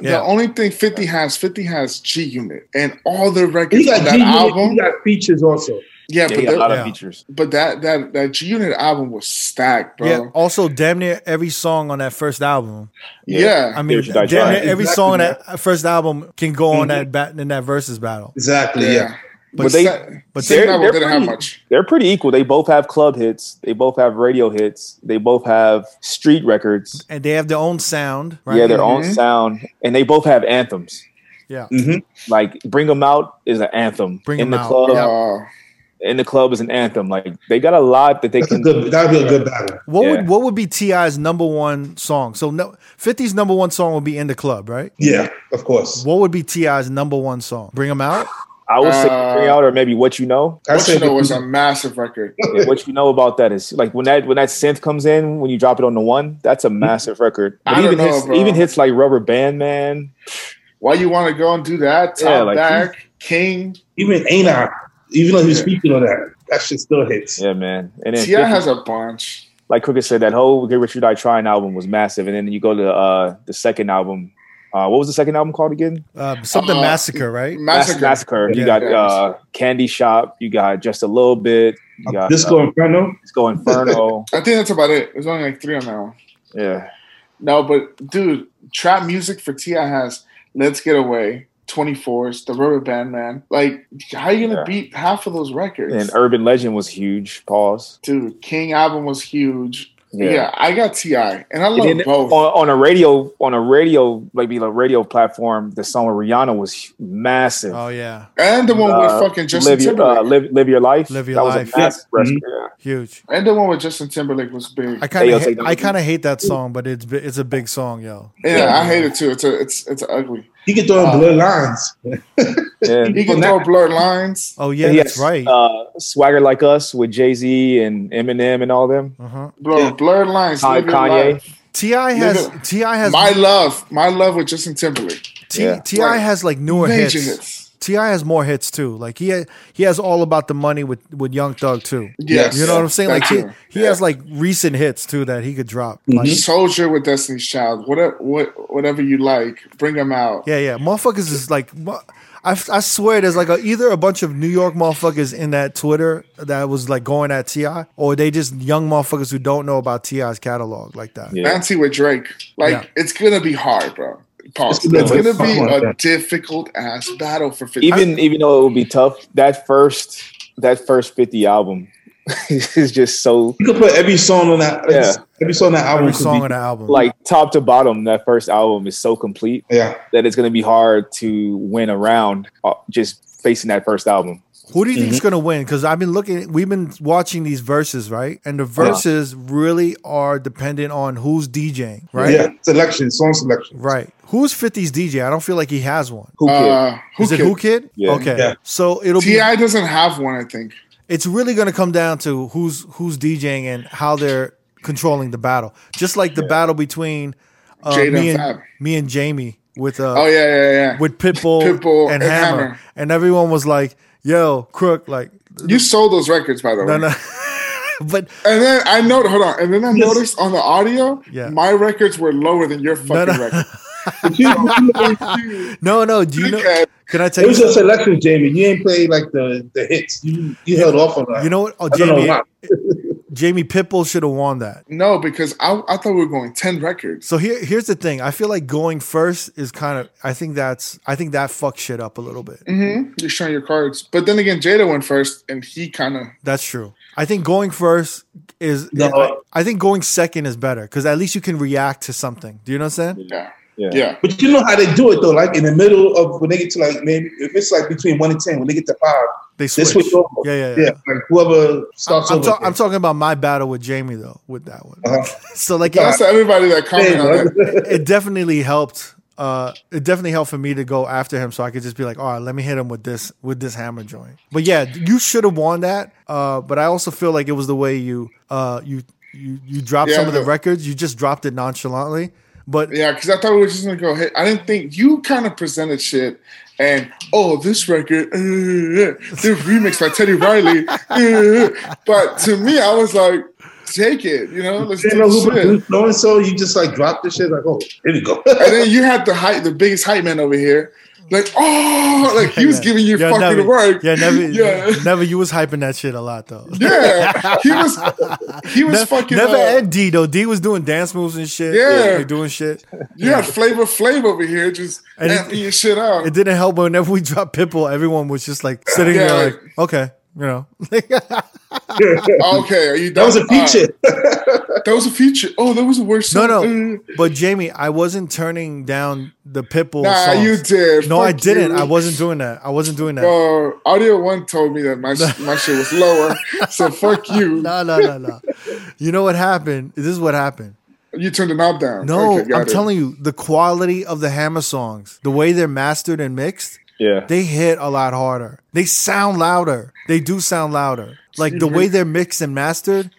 S1: yeah.
S2: The only thing 50 has, 50 has G Unit. And all the
S4: He
S2: records on
S4: got
S2: that
S4: G
S2: album.
S4: He got features also.
S2: yeah,
S3: Yeah,
S2: but,
S3: he got a
S2: the-
S3: lot of
S1: Yeah.
S3: features.
S2: but that, that, that G Unit album was stacked, bro.
S1: yeah. Also, damn near every song on that first album.
S2: Yeah.
S1: I mean,
S3: Rich Die
S1: damn near
S3: Trying.
S1: every
S4: Exactly,
S1: song on that first album can go on that bat in that versus battle.
S4: Exactly.
S2: Yeah.
S4: Yeah.
S2: But,
S3: But they-
S2: se-
S1: but
S2: same
S1: they're-
S2: album
S3: they're
S2: didn't have
S3: pretty-
S2: much.
S3: They're pretty equal. They both have club hits. They both have radio hits. They both have street records.
S1: And they have their own sound, right?
S3: Yeah, their own
S1: Mm-hmm.
S2: Mhm.
S3: sound, and they both have anthems.
S1: Yeah.
S4: Mhm.
S3: Like "Bring 'Em Out" is an anthem.
S1: Bring
S3: in
S1: 'Em
S3: the
S1: Out.
S3: club,
S2: Uh,
S3: in the club is an anthem. Like they got a lot that they
S4: That's a
S3: can.
S4: good. That'd be a good battle.
S1: What
S3: Yeah.
S1: would what would be Ti's number one song? So no, 50's number one song would be in the club, right?
S4: Yeah, of course.
S1: What would be Ti's number one song? Bring them out.
S3: I would say
S2: Uh,
S3: "Bring Out" or maybe "What You Know."
S4: I
S2: what you
S4: said
S2: know was a massive record.
S3: And what you know about that is like when that when that synth comes in when you drop it on the one, that's a massive record.
S2: I
S3: But
S2: don't
S3: even
S2: know,
S3: hits
S2: bro.
S3: even hits like Rubber Band Man.
S2: Why you want to go and do that? Top
S3: Yeah, like,
S2: back, King.
S4: even Anar, even though he was
S2: Yeah.
S4: speaking on that, that shit still hits.
S3: Yeah, man. And then
S2: Ti
S3: 50
S2: has a bunch.
S3: like Crooked said, that whole Get Rich or Die Trying album was massive. And then you go to uh, the second album. Uh, what was the second album called again?
S1: Uh, something
S2: Uh,
S1: massacre, right?
S3: Mass-
S2: Massacre.
S3: Massacre. You
S1: Yeah.
S3: got
S2: Yeah.
S3: uh, Candy Shop. You got Just a Little Bit. You got
S4: Disco
S3: uh,
S4: Inferno.
S3: Disco Inferno.
S2: I think that's about it. There's only like three on that one.
S3: yeah.
S2: No, but dude, trap music for Ti has "Let's Get Away," "24s," "The Rubber Band Man." Like, how you gonna
S3: Yeah.
S2: beat half of those records?
S3: And Urban Legend was huge. Pause.
S2: dude, King album was huge.
S3: Yeah.
S2: Yeah, I got Ti, and I
S3: And
S2: love
S3: then on,
S2: both.
S3: on a radio, on a radio, maybe a radio platform, the song with Rihanna was massive.
S1: Oh yeah,
S2: and the one with
S3: Uh,
S2: fucking Justin
S3: live, your,
S2: Timberlake. Mm-hmm.
S3: uh, live, live your life.
S1: Live Your
S3: that was
S1: Life.
S3: a massive
S4: Yeah.
S3: record.
S1: huge.
S2: and the one with Justin Timberlake was big.
S1: I kind
S3: Ayo
S1: of
S3: Technology.
S1: I kind of hate that song, but it's bi- it's a big song, yo.
S2: yeah,
S3: yeah.
S2: I hate it too. It's a, it's it's ugly.
S4: He could throw
S2: Uh,
S4: in blurred lines.
S3: Yeah.
S2: He can throw blurred lines.
S1: Oh yeah,
S3: And he
S1: that's
S3: has,
S1: right.
S3: Uh, Swagger like us with Jay Z and Eminem and all them.
S1: Uh-huh.
S2: Blur,
S4: Yeah.
S2: Blurred lines.
S3: Con-
S2: Live Your
S3: Kanye.
S2: Life.
S1: Ti has Ti has
S2: My love, my love with Justin Timberlake.
S1: T,
S3: Yeah.
S1: Ti
S2: Right.
S1: has like newer hits.
S2: Major hits.
S1: Ti has more hits too. Like he ha- he has all about the money with with Young Thug too.
S2: Yes.
S1: You know what I'm saying? Like
S2: Thank
S1: he,
S2: you.
S1: he has like recent hits too that he could drop. Like,
S2: Soldier with Destiny's Child, whatever, what, whatever you like, bring them out.
S1: Yeah, yeah. Motherfuckers is like, mu- I, I swear there's like a, either a bunch of New York motherfuckers in that Twitter that was like going at T.I. or they just young motherfuckers who don't know about T.I.'s catalog like that.
S3: Yeah.
S2: Nancy with Drake, like
S1: Yeah.
S2: it's gonna be hard, bro. Pause.
S4: No,
S2: It's
S4: it's
S2: gonna be
S4: not.
S2: a difficult ass battle for 50.
S3: Even even though it would be tough, that first that first fifty album is just so
S4: He could put every song on that.
S3: Yeah.
S4: Every song on that album.
S1: Every
S4: could
S1: song
S4: be,
S1: on the album.
S3: like top to bottom. That first album is so complete
S4: Yeah.
S3: that it's going to be hard to win around uh, just facing that first album.
S1: Who do you think's gonna win? Because I've been looking, we've been watching these verses, right? And the verses really are dependent on who's DJing, right?
S4: Yeah. Selection, song selection.
S1: Right. Who's 50's DJ? I don't feel like he has one.
S3: Who cares?
S2: uh, who
S1: Is it
S2: cares?
S1: Who Kid?
S3: Yeah.
S1: Okay.
S4: Yeah.
S1: So it'll be
S2: Ti doesn't have one, I think.
S1: it's really going to come down to who's who's DJing and how they're controlling the battle. Just like the battle between uh,
S2: Jada
S1: me
S2: and
S1: and
S2: Fab.
S1: me and Jamie with uh,
S2: Oh yeah, yeah, yeah.
S1: with Pitbull,
S2: Pitbull
S1: and,
S2: and
S1: Hammer.
S2: Hammer.
S1: and everyone was like, "Yo, Crook!" Like,
S2: you sold those records, by the
S1: no,
S2: way.
S1: no. but
S2: And then I noticed. Hold on. And then I
S4: Yes.
S2: noticed on the audio,
S1: Yeah.
S2: my records were lower than your
S1: No,
S2: fucking
S1: no.
S2: record.
S1: no, no. Do you know?
S2: Okay.
S1: Can I tell
S4: It was
S1: you?
S4: a selection, Jamie. You ain't played like the, the hits. You you held off on that.
S1: You know what? Oh,
S4: I don't know
S1: Jamie,
S4: why.
S1: Jamie Pitbull should have won that.
S2: No, because I, I thought we were going ten records.
S1: So here, here's the thing. I feel like going first is kind of. I think that's. I think that fucks shit up a little bit.
S2: Mm-hmm. You're showing your cards, but then again, Jada went first, and he kind of
S1: That's true. I think going first is.
S4: No.
S1: I, I think going second is better because at least you can react to something. Do you know what I'm saying?
S2: yeah,
S3: Yeah.
S2: yeah.
S4: But you know how they do it though. Like in the middle of when they get to like maybe if it's like between one and ten, when they get to five,
S1: They
S4: they
S1: switch.
S4: switch over.
S1: Yeah, yeah, yeah.
S4: like whoever starts
S1: I'm,
S4: over.
S1: ta- I'm talking about my battle with Jamie though with that one.
S4: Uh-huh.
S1: So like
S2: That's
S1: it,
S2: to everybody that commented on that.
S1: it definitely helped. Uh, it definitely helped for me to go after him, so I could just be like, all right, let me hit him with this with this hammer joint. But yeah, you should have won that. Uh, but I also feel like it was the way you uh you you you dropped some
S2: Yeah,
S1: of the
S2: the-
S1: records. You just dropped it nonchalantly. But
S2: Yeah, because I thought we were just gonna go ahead. I didn't think you kind of presented shit, and oh, this record, uh, the remix by Teddy Riley. uh, but to me, I was like, take it, you know, let's do
S4: You know who
S2: shit.
S4: produced so and so. You just like drop the shit. Like oh, here we go.
S2: And then you had the hype, the biggest hype man over here. Like, oh, like he was giving you
S1: Yeah,
S2: fucking
S1: never,
S2: work.
S1: Yeah, never,
S2: Yeah.
S1: never. You was hyping that shit a lot though.
S2: Yeah. He was he was
S1: Ne-
S2: fucking
S1: never
S2: uh,
S1: and D though. D was doing dance moves and shit.
S2: Yeah.
S1: They doing shit.
S2: you had flavor flav over here just
S1: And it-
S2: amping your shit out.
S1: It didn't help, but whenever we dropped Pitbull, everyone was just like sitting
S2: Yeah,
S1: there,
S2: like-
S1: like, okay, you know,
S4: that
S2: okay, are you done?
S4: was a feature.
S2: Uh, that was a feature. Oh, that was the worst
S1: No,
S2: song. Uh,
S1: no. But Jamie, I wasn't turning down the Pitbull
S2: Nah,
S1: songs.
S2: you did.
S1: No, I
S2: Fuck
S1: didn't.
S2: you.
S1: I wasn't doing that. I wasn't doing that. No,
S2: Bro, Audio One told me that my sh- my shit was lower. So fuck you.
S1: no, no, no. You know what happened? This is what happened.
S2: You turned the knob down.
S1: No,
S2: Okay, got
S1: I'm
S2: it.
S1: telling you, the quality of the Hammer songs, the way they're mastered and mixed,
S3: Yeah.
S1: they hit a lot harder. They sound louder. They do sound louder. Like the way they're mixed and mastered.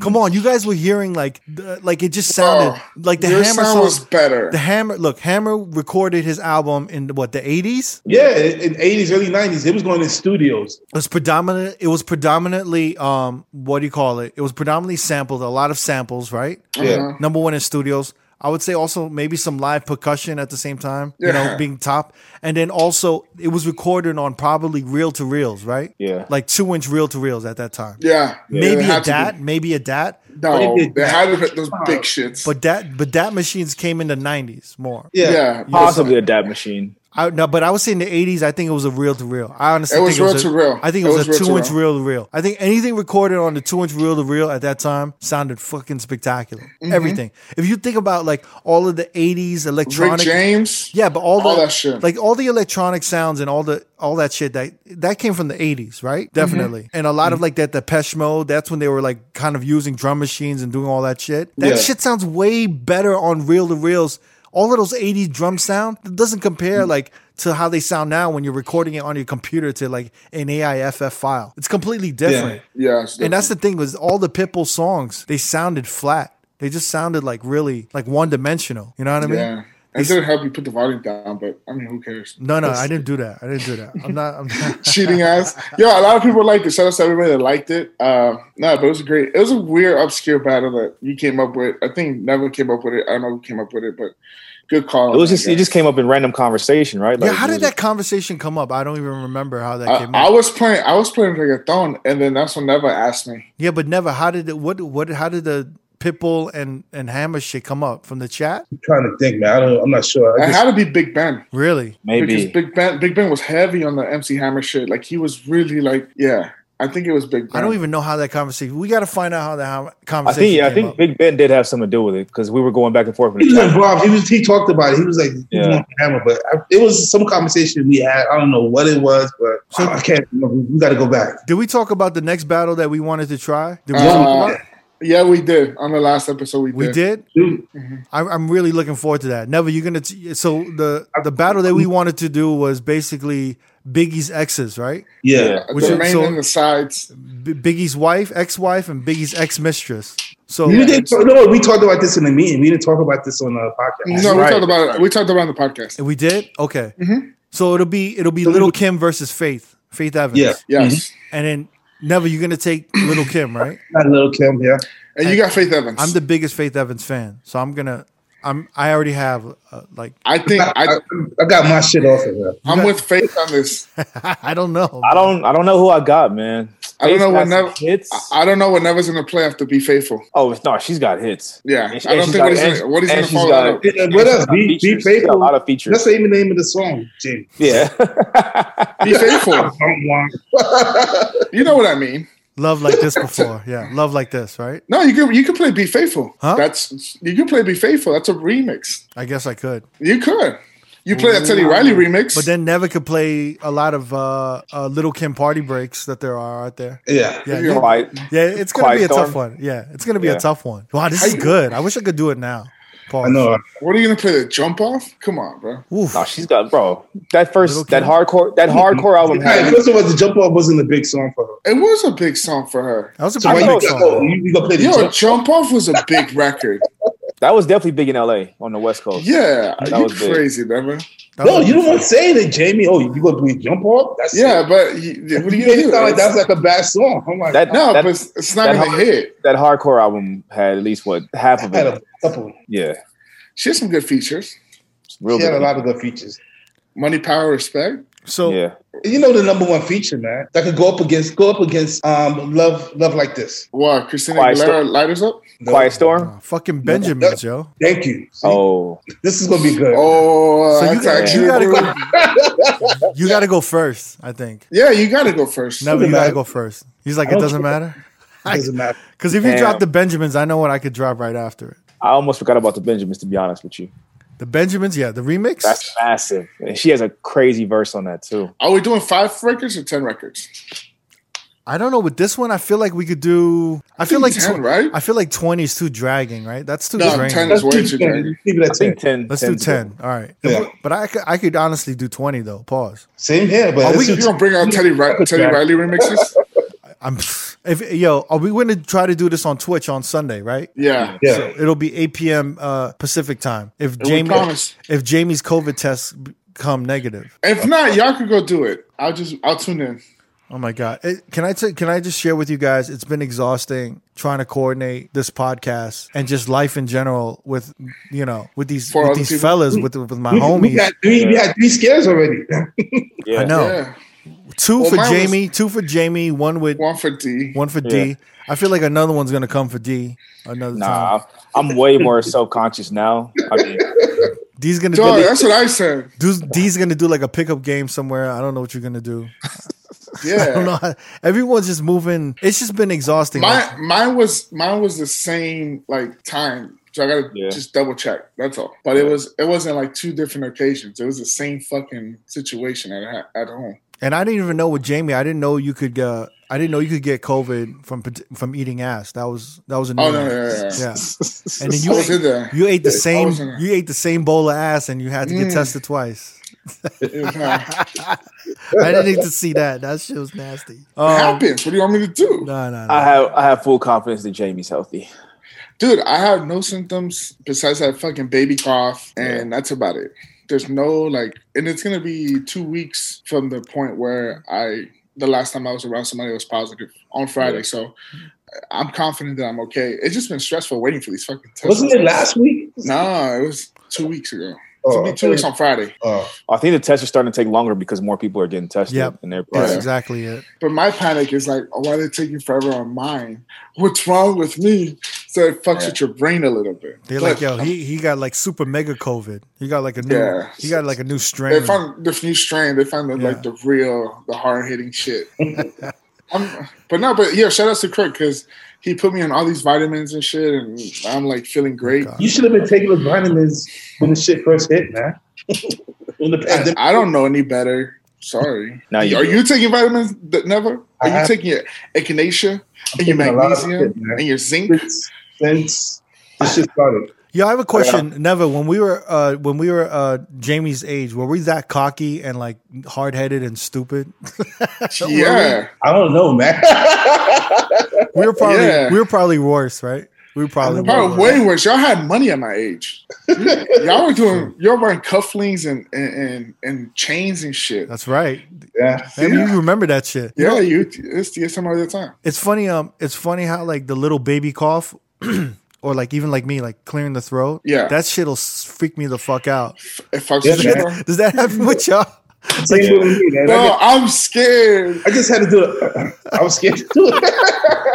S1: Come on, you guys were hearing like, the, like it just sounded
S2: Oh,
S1: like the
S2: your
S1: Hammer
S2: sound
S1: songs.
S2: was better.
S1: the Hammer, look, Hammer recorded his album in what the 80s.
S4: yeah, in eighties, early nineties, it was going in studios.
S1: It was predominant. It was predominantly um, what do you call it? It was predominantly sampled. A lot of samples, right?
S2: Uh-huh.
S4: Yeah.
S1: Number one in studios. I would say also maybe some live percussion at the same time. You know,
S2: Yeah.
S1: being top, and then also it was recorded on probably reel to reels, right?
S3: Yeah.
S1: like two inch reel to reels at that time.
S2: yeah.
S1: Maybe
S2: it
S1: a
S2: had to be.
S1: dat, maybe a dat,
S2: No,
S4: But it did
S2: they
S4: that.
S2: had to put those big shits.
S1: but that but dat machines came in the nineties more.
S4: Yeah,
S2: yeah,
S3: Possibly a dab machine.
S1: I no, but I would say in the '80s, I think it was a reel to reel. I honestly
S2: It was
S1: think
S2: reel-to-reel.
S1: I think it,
S2: It
S1: was,
S2: was
S1: a two inch
S2: reel-to-reel.
S1: reel to reel. I think anything recorded on the two inch reel to reel at that time sounded fucking spectacular. Everything. If you think about like all of the '80s
S2: Mm-hmm. Rick
S1: electronic,
S2: James.
S1: yeah, but all,
S2: all
S1: the,
S2: that shit.
S1: like all the electronic sounds and all the all that shit that that came from the '80s, right?
S2: Mm-hmm.
S1: Definitely. And a lot of like that Depeche Mode. That's when they were like kind of using drum machines and doing all that shit. That
S4: Yeah.
S1: shit sounds way better on reel to reels. All of those '80s drum sound it doesn't
S2: Mm-hmm.
S1: compare like to how they sound now when you're recording it on your computer to like an AIFF file. It's completely different.
S2: Yeah, it's
S1: And that's the thing was all the Pitbull songs they sounded flat. They just sounded like really like one dimensional. You know what I mean?
S2: yeah. It didn't help you put the volume down, but I mean, who cares?
S1: No, no, I didn't do that. I didn't do that. I'm not. I'm not.
S2: Cheating ass. Yo, a lot of people liked it. Shout out to everybody that liked it. Uh, no, but it was a great. It was a weird, obscure battle that you came up with. I think never came up with it. I don't know who came up with it, but good call.
S3: It was just it just came up in random conversation, right?
S1: yeah,
S3: Like,
S1: how
S3: it
S1: did
S3: was-
S1: that conversation come up? I don't even remember how that
S2: I,
S1: came
S2: I
S1: up.
S2: was playing. I was playing reggaeton, and then that's when Never asked me.
S1: Yeah, but never. How did it? What? What? How did the Pitbull and and Hammer shit come up from the chat?
S4: I'm trying to think, man. I don't. I'm not sure. I
S2: It
S4: just,
S2: had to be Big Ben
S1: Really?
S3: Maybe.
S2: because Big Ben, Big Ben was heavy on the MC Hammer shit. Like he was really like, yeah. I think it was Big Ben.
S1: I don't even know how that conversation. We got to find out how that how-
S3: I
S1: conversation.
S3: think yeah, I
S1: came
S3: think
S1: up.
S3: Big Ben did have something to do with it because we were going back and forth.
S4: he
S3: With
S4: was
S3: the
S4: involved. He was. He talked about it. He was like, he
S3: Yeah.
S4: was on camera, but I, it was some conversation we had. I don't know what it was, but
S1: So-
S4: I can't. remember. We got to go back.
S1: Did we talk about the next battle that we wanted to try? Did we?
S2: Uh,
S1: talk about it?
S2: Yeah, we did on the last episode. We did. Mm-hmm.
S1: We did.
S4: Dude,
S1: I, I'm really looking forward to that. Never, you're gonna. T- so the the battle that we wanted to do was basically Biggie's exes, right?
S4: Yeah.
S1: Which
S2: the
S1: is-
S2: main
S1: so-
S2: and the sides.
S1: B- Biggie's wife, ex-wife, and Biggie's ex-mistress. So
S4: We didn't talk, no, we talked about this in the meeting. We didn't talk about this on the podcast.
S2: No, we
S3: right.
S2: talked about it. We talked about it on the podcast.
S1: we did okay.
S2: Mhm.
S1: So it'll be it'll be Little Kim versus Faith, Faith Evans.
S4: Yeah.
S2: Yes,
S1: And then Never, you're gonna take Little Kim, right?
S4: Not little Kim, yeah.
S2: and you got Faith Evans.
S1: I'm the biggest Faith Evans fan, so I'm gonna I'm I already have uh, like
S2: I think
S4: I,
S2: I,
S4: I got my shit off of her.
S2: I'm with Faith on this.
S1: I don't know.
S3: I don't. I don't know who I got, man.
S2: I don't know
S3: Faith
S2: what
S3: got some
S2: never-
S3: hits.
S2: I- I don't know what Never's in the playoff to be faithful.
S3: oh no, she's got hits.
S2: Yeah,
S3: And she-
S2: I
S3: and
S2: don't
S3: she's
S2: think what he's
S3: got-
S2: gonna, what he's
S3: and
S2: gonna
S3: she's
S2: follow
S3: got-
S2: that up.
S4: Yeah, what
S3: She's
S4: else?
S3: got
S4: Be, be
S3: features. She's got A
S4: faithful.
S3: lot of features.
S4: That's the even name of the song, Jim.
S3: yeah.
S2: Be faithful.
S4: Don't want.
S2: you know what I mean.
S1: Love like this before, yeah. Love like this, right?
S2: No, you could you could play Be Faithful.
S1: Huh?
S2: That's you could play Be Faithful. That's a remix.
S1: I guess I could,
S2: You could. You play that Teddy Riley remix.
S1: but then Never could play a lot of uh, uh Little Kim party breaks that there are out there.
S4: Yeah.
S1: Yeah,
S2: You're
S1: you-
S3: Like,
S1: yeah. It's gonna
S3: Quiet
S1: be a tough
S3: Storm.
S1: one. Yeah, it's gonna be
S3: Yeah.
S1: a tough one. Wow, this is
S2: you-
S1: good. I wish I could do it now. Paul.
S4: I know.
S2: what are you gonna play? The jump off? Come on, bro.
S1: Oof.
S3: no, she's got bro. That first,
S1: Little
S3: that
S1: Kim.
S3: hardcore, that hardcore album
S4: Hey,
S3: had.
S4: first of all, the jump off wasn't a big song for her.
S2: It was a big song for her.
S1: That was a
S4: So why
S1: pretty
S4: you,
S1: big
S3: thought-
S4: go,
S1: song.
S4: you, you gonna play the
S2: Yo,
S4: jump?
S2: jump off was a big record.
S3: That was definitely big in L.A. on the West Coast.
S2: Yeah,
S3: That
S2: you
S3: was big.
S2: crazy, Never.
S1: That
S4: No,
S1: was-
S4: you don't want to say that, Jamie. Oh, you gonna play jump off? That's
S2: Yeah, but you,
S4: It.
S2: what are you
S4: you
S2: gonna
S4: made it
S2: do?
S4: sound like that's like a bad song. I'm like,
S3: That-
S2: no, but it's, it's not
S3: that
S2: gonna
S3: whole-
S2: hit.
S3: That hardcore album had at least what half
S4: I
S3: of
S4: had a
S3: it.
S4: couple.
S3: Yeah,
S2: She has some good features.
S3: it's real
S4: She had a
S3: good.
S4: lot of good features.
S2: Money, power, respect.
S1: So
S3: Yeah,
S4: You know the number one feature, man. That could go up against go up against um love love like this.
S2: What? Christina
S3: Quiet
S2: Aguilera lighters up.
S4: No.
S3: Quiet Storm.
S1: uh, fucking Benjamin, Joe.
S4: Thank you. See,
S3: Oh,
S4: this is gonna be good.
S2: Oh,
S1: So you,
S2: that's
S1: got,
S2: actually-
S1: you gotta go. You gotta go first. I think.
S2: yeah, you gotta go first.
S1: Never, you
S4: matter.
S1: gotta go first. He's like,
S4: I
S1: it
S4: don't
S1: doesn't
S4: care.
S1: matter.
S4: It doesn't matter.
S1: Because if you
S3: Damn.
S1: drop the Benjamins, I know what I could drop right after it.
S3: I almost forgot about the Benjamins. To be honest with you,
S1: The Benjamins, yeah, the remix.
S3: that's massive, and she has a crazy verse on that too.
S2: Are we doing five records or ten records?
S1: I don't know with this one. I feel like we could do. I feel like
S2: ten,
S1: tw-
S2: right?
S1: I feel like twenty is too dragging, right? That's too
S2: No,
S1: draining.
S2: 10
S4: That's
S2: That's way
S4: too
S2: too
S4: bad. Leave it
S3: I
S4: at 10.
S3: think ten.
S1: Let's do
S3: 10's
S1: ten. All right,
S4: Yeah.
S1: but I could, I could honestly do twenty though. Pause.
S4: Same here, but
S2: Are Oh, we,
S4: it's
S2: you
S4: just-
S2: gonna bring out Teddy, Ri- Teddy Riley remixes?
S1: I'm if yo, are we going to try to do this on Twitch on Sunday, right?
S2: Yeah.
S4: yeah.
S1: So it'll be 8 p.m. Uh, Pacific time. If
S2: And
S1: Jamie,
S2: We promise.
S1: if Jamie's COVID tests b- come negative,
S2: If not, y'all could go do it. I'll just I'll tune in.
S1: oh my god! It- can I t- can I just share with you guys? It's been exhausting trying to coordinate this podcast and just life in general with you know with these
S2: For
S1: with
S2: other
S1: these
S2: people.
S1: fellas with with my
S4: we,
S1: homies.
S4: we got three. We had three scares already.
S3: Yeah.
S1: I know
S2: Yeah.
S1: two
S2: Well,
S1: for
S2: mine was-
S1: Jamie, two for Jamie, one with
S2: One for D.
S1: one for D. I feel like another one's gonna come for D. Another time,
S3: Nah, I'm way more self conscious now. I mean,
S1: D's gonna
S2: Dog,
S1: do,
S2: that's what I said.
S1: D's, D's gonna do like a pickup game somewhere. I don't know what you're gonna do.
S2: Yeah.
S1: I don't know. how- Everyone's just moving. It's just been exhausting. Like,
S2: Mine, mine was mine was the same like time, so I gotta
S3: Yeah.
S2: just double check. That's all. But it was it wasn't like two different occasions. It was the same fucking situation at ha- at home.
S1: and I didn't even know with Jamie. I didn't know you could. Uh, I didn't know you could get COVID from pot- from eating ass. That was that was a new
S2: Oh no,
S1: one.
S2: yeah, yeah, yeah.
S1: Yeah. And then
S2: I
S1: you
S2: was in
S1: ate,
S2: there.
S1: you ate the
S2: I
S1: same
S2: was in there.
S1: you ate the same bowl of ass, and you had to get
S2: Mm.
S1: tested twice.
S2: It was, uh,
S1: I didn't need to see that. That shit was nasty.
S2: it
S1: Um,
S2: happens. What do you want me to do,
S1: no, no,
S3: I
S1: no.
S3: have I have full confidence that Jamie's healthy.
S2: dude? I have no symptoms besides that fucking baby cough, and that's about it. There's no like, and it's gonna be two weeks from the point where I the last time I was around somebody that was positive on Friday.
S3: Yeah.
S2: So I'm confident that I'm okay. It's just been stressful waiting for these fucking tests.
S4: Wasn't it last week?
S2: No, it was two weeks ago.
S4: Oh,
S2: two, two weeks on Friday.
S4: oh.
S3: I think the tests are starting to take longer because more people are getting tested.
S1: Yep.
S3: and they're
S1: That's
S2: Yeah.
S1: exactly it.
S2: But my panic is like, oh, why they taking forever on mine? What's wrong with me? So it fucks
S3: Yeah.
S2: with your brain a little bit.
S1: They're
S2: But
S1: like, yo, he, he got like super mega COVID. He got like a new
S2: Yeah.
S1: he got like a new strain.
S2: They found the new strain. They found the, like
S1: Yeah.
S2: the real, the hard hitting shit. I'm, but no, but yeah, shout out to Kirk because he put me on all these vitamins and shit, and I'm like feeling great.
S1: Oh God.
S4: You should have been taking the vitamins when the shit first hit, man. when the
S2: I,
S4: pandemic,
S2: I don't know any better. Sorry.
S3: Now you
S2: are
S3: do.
S2: you taking vitamins? that Never.
S4: I
S2: Are you
S4: have-
S2: taking your echinacea and
S4: taking
S2: your
S4: a lot of
S2: magnesium
S4: shit, man.
S2: and your zinc?
S4: since, since this shit started.
S1: Yeah, I have a question. Never when we were uh, when we were uh, Jamie's age, were we that cocky and like hard headed and stupid?
S2: yeah.
S4: I don't know, man.
S1: we were probably
S2: Yeah.
S1: we were probably worse, right? We were probably,
S2: Probably
S1: worse.
S2: way worse. Y'all had money at my age. y'all were doing. Y'all wearing cufflinks and and and, and chains and shit.
S1: That's right.
S4: yeah.
S1: And you remember that shit.
S2: yeah, you. It's, it's some other time.
S1: It's funny. Um, it's funny how like the little baby cough, or like even like me, like clearing the throat.
S2: Yeah.
S1: That shit'll s- freak me the fuck out.
S2: It fucks
S4: Yeah,
S2: with you. bro.
S1: Does that happen with y'all?
S4: Same thing with me, man. I
S2: No,
S4: just-
S2: I'm scared.
S4: I just had to do it. I was scared to do it.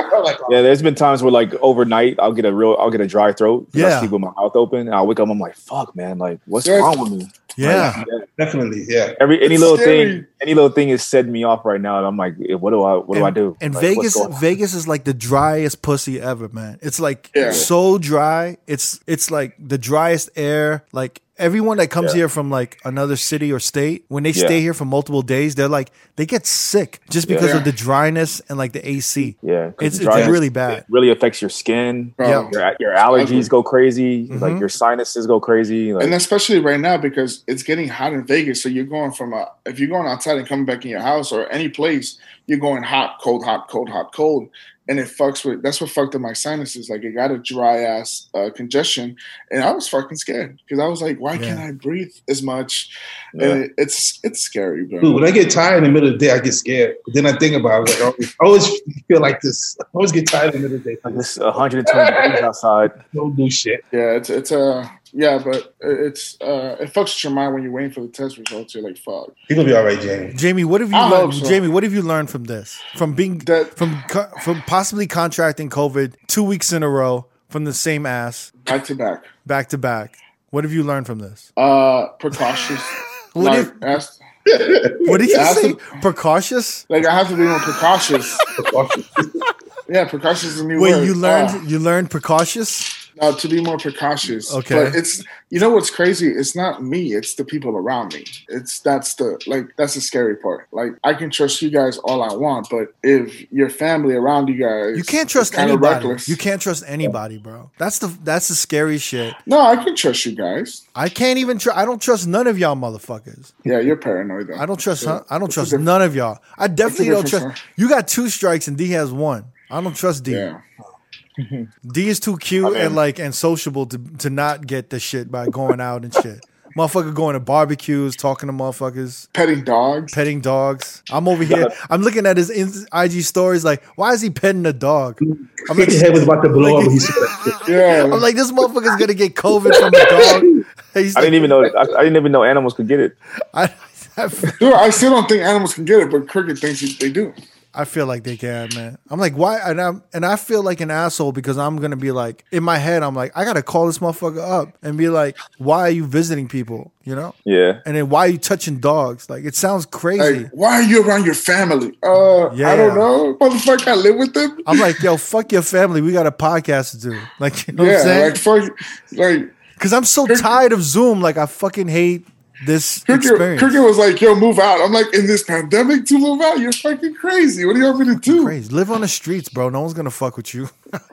S4: I'm like, oh,
S3: Yeah, there's been times where like overnight I'll get a real I'll get a dry throat. 'cause
S1: Yeah.
S3: I sleep with my mouth open and I wake up I'm like, fuck man, like what's
S2: Yes.
S3: wrong with me?
S1: Yeah.
S4: definitely. Yeah.
S3: Every any
S2: It's
S3: little
S2: scary.
S3: thing any little thing is setting me off right now and I'm like, eh, what do I what do I do?
S1: And
S3: Like, what's
S1: Vegas,
S3: going on?
S1: Vegas is like the driest pussy ever, man. It's like
S2: Yeah.
S1: so dry. It's it's like the driest air. Like everyone that comes
S3: Yeah.
S1: here from like another city or state, when they
S3: Yeah.
S1: stay here for multiple days, they're like they get sick just because
S2: Yeah.
S1: of the dryness and like the AC.
S3: Yeah, 'cause
S1: It's
S3: the
S1: it's
S3: dryness
S1: really bad.
S3: really affects your skin.
S2: Bro.
S1: Yeah.
S3: Your, your allergies go crazy,
S1: Mhm.
S3: like your sinuses go crazy. Like,
S2: And especially right now because it's getting hot in Vegas. So you're going from a, if you're going outside and coming back in your house or any place, you're going hot, cold, hot, cold, hot, cold. And it fucks with, that's what fucked up my sinuses. Like it got a dry ass uh, congestion. And I was fucking scared because I was like, why can't I breathe as much?
S3: yeah.
S2: And it, it's, it's scary, bro.
S4: Dude, when I get tired in the middle of the day, I get scared. But then I think about it. Like, I, always, I always feel like this. I always get tired in the middle of the day. I just
S3: It's 120 degrees outside.
S4: don't do shit.
S2: Yeah, it's, it's, uh, yeah, but it- it's, uh, it fucks with your mind when you're waiting for the test results. You're like, fuck.
S4: You're going to be all right, Jamie.
S1: Jamie, what have you
S2: I
S1: learned?
S2: hope so.
S1: Jamie, what have you learned from this? From being
S2: That-
S1: from co- from possibly contracting COVID two weeks in a row from the same ass
S2: Back to back.
S1: back to back. What have you learned from this?
S2: Uh, precautious.
S1: What
S2: like,
S1: if-
S2: ask-
S1: What did you
S2: Yeah, I
S1: say?
S2: think-
S1: Precautious.
S2: Like I have to be more precautious. yeah, precautious is a new
S1: Wait,
S2: word.
S1: you learned
S2: Uh,
S1: you learned precautious.
S2: no, to be more precautious.
S1: Okay.
S2: but it's you know what's crazy? It's not me. It's the people around me. It's that's the like that's the scary part. Like I can trust you guys all I want, but if your family around you guys,
S1: You can't trust
S2: kinda
S1: anybody.
S2: reckless.
S1: You can't trust anybody, bro. That's the that's the scary shit.
S2: No, I can trust you guys.
S1: I can't even. Tr- I don't trust none of y'all, motherfuckers.
S2: Yeah, you're paranoid though.
S1: I don't trust.
S2: Yeah.
S1: I don't trust
S2: different-
S1: none of y'all. I definitely don't
S2: different
S1: trust. You got two strikes and D has one. I don't trust D.
S2: Yeah,
S1: D is too cute
S3: I mean-
S1: and like and sociable to to not get the shit by going out and shit. Motherfucker going to barbecues, talking to motherfuckers,
S2: petting dogs.
S1: petting dogs. I'm over here. I'm looking at his in- IG stories. Like, why is he petting a dog?
S4: I think his head was about to blow up. when he said that shit.
S2: yeah,
S1: I'm like, this motherfucker's gonna get COVID from a dog. He's
S3: I didn't even know. I, I didn't even know animals could get it.
S1: I, I feel-
S2: dude, I still don't think animals can get it, but cricket thinks he- they do.
S1: I feel like they can, man. I'm like, why? And I'm and I feel like an asshole because I'm gonna be like, in my head, I'm like, I gotta call this motherfucker up and be like, why are you visiting people? You know?
S3: Yeah,
S1: And then why are you touching dogs? Like, it sounds crazy.
S2: Like, why are you around your family? Uh,
S1: Yeah.
S2: I don't know. Motherfucker, I live with them.
S1: I'm like, yo, fuck your family. We got a podcast to do. Like, you know what I'm
S2: yeah,
S1: saying?
S2: like fuck, like
S1: Because I'm so tired of Zoom. Like, I fucking hate this
S2: cricket,
S1: experience.
S2: cricket was like, "Yo, move out." I'm like, in this pandemic, to move out, you're fucking crazy. What do you want me to do?
S1: crazy. Live on the streets, bro. No one's gonna fuck with you.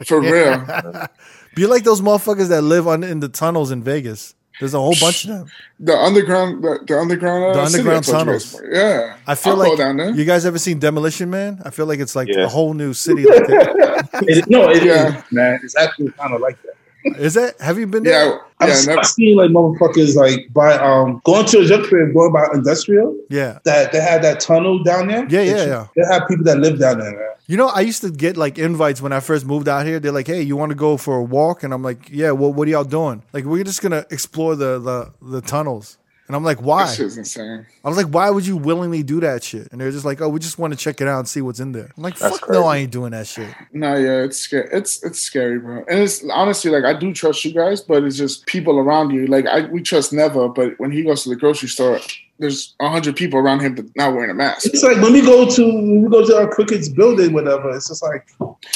S2: For real,
S1: Be like those motherfuckers that live on in the tunnels in Vegas. There's a whole bunch of them.
S2: the underground, the, the underground, uh,
S1: The
S2: city
S1: underground
S2: I told you guys
S1: tunnels.
S2: about. Yeah,
S1: I feel
S2: I'll go
S1: like
S2: down there.
S1: you guys ever seen Demolition Man? I feel like it's like
S3: Yeah.
S1: a whole new city. Like that.
S4: It- no, it is,
S2: Yeah.
S4: man. It's actually kind of like that.
S1: Is that? Have you been there?
S2: yeah,
S4: I've,
S2: yeah, never,
S4: I've seen like motherfuckers like by um going to a junk crib, going by industrial.
S1: Yeah.
S4: That they had that tunnel down there.
S1: Yeah, yeah,
S4: They-
S1: yeah.
S4: They have people that live down there. Man.
S1: You know, I used to get like invites when I first moved out here. They're like, "Hey, you want to go for a walk?" And I'm like, "Yeah. Well, what are y'all doing? Like, we're just gonna explore the the, the tunnels." And I'm like, "Why?"
S2: this shit's insane.
S1: I was like, "Why would you willingly do that shit?" And they're just like, "Oh, we just want to check it out and see what's in there." I'm like,
S3: That's
S1: "Fuck no,
S3: crazy.
S1: I ain't doing that shit."
S2: No, yeah, it's scary. It's it's scary, bro. And it's honestly like I do trust you guys, but it's just people around you. Like I, we trust Neva, but when he goes to the grocery store, there's hundred people around him that's not wearing a mask.
S4: It's like when we go to when we go to our cricket's building, whatever. It's just like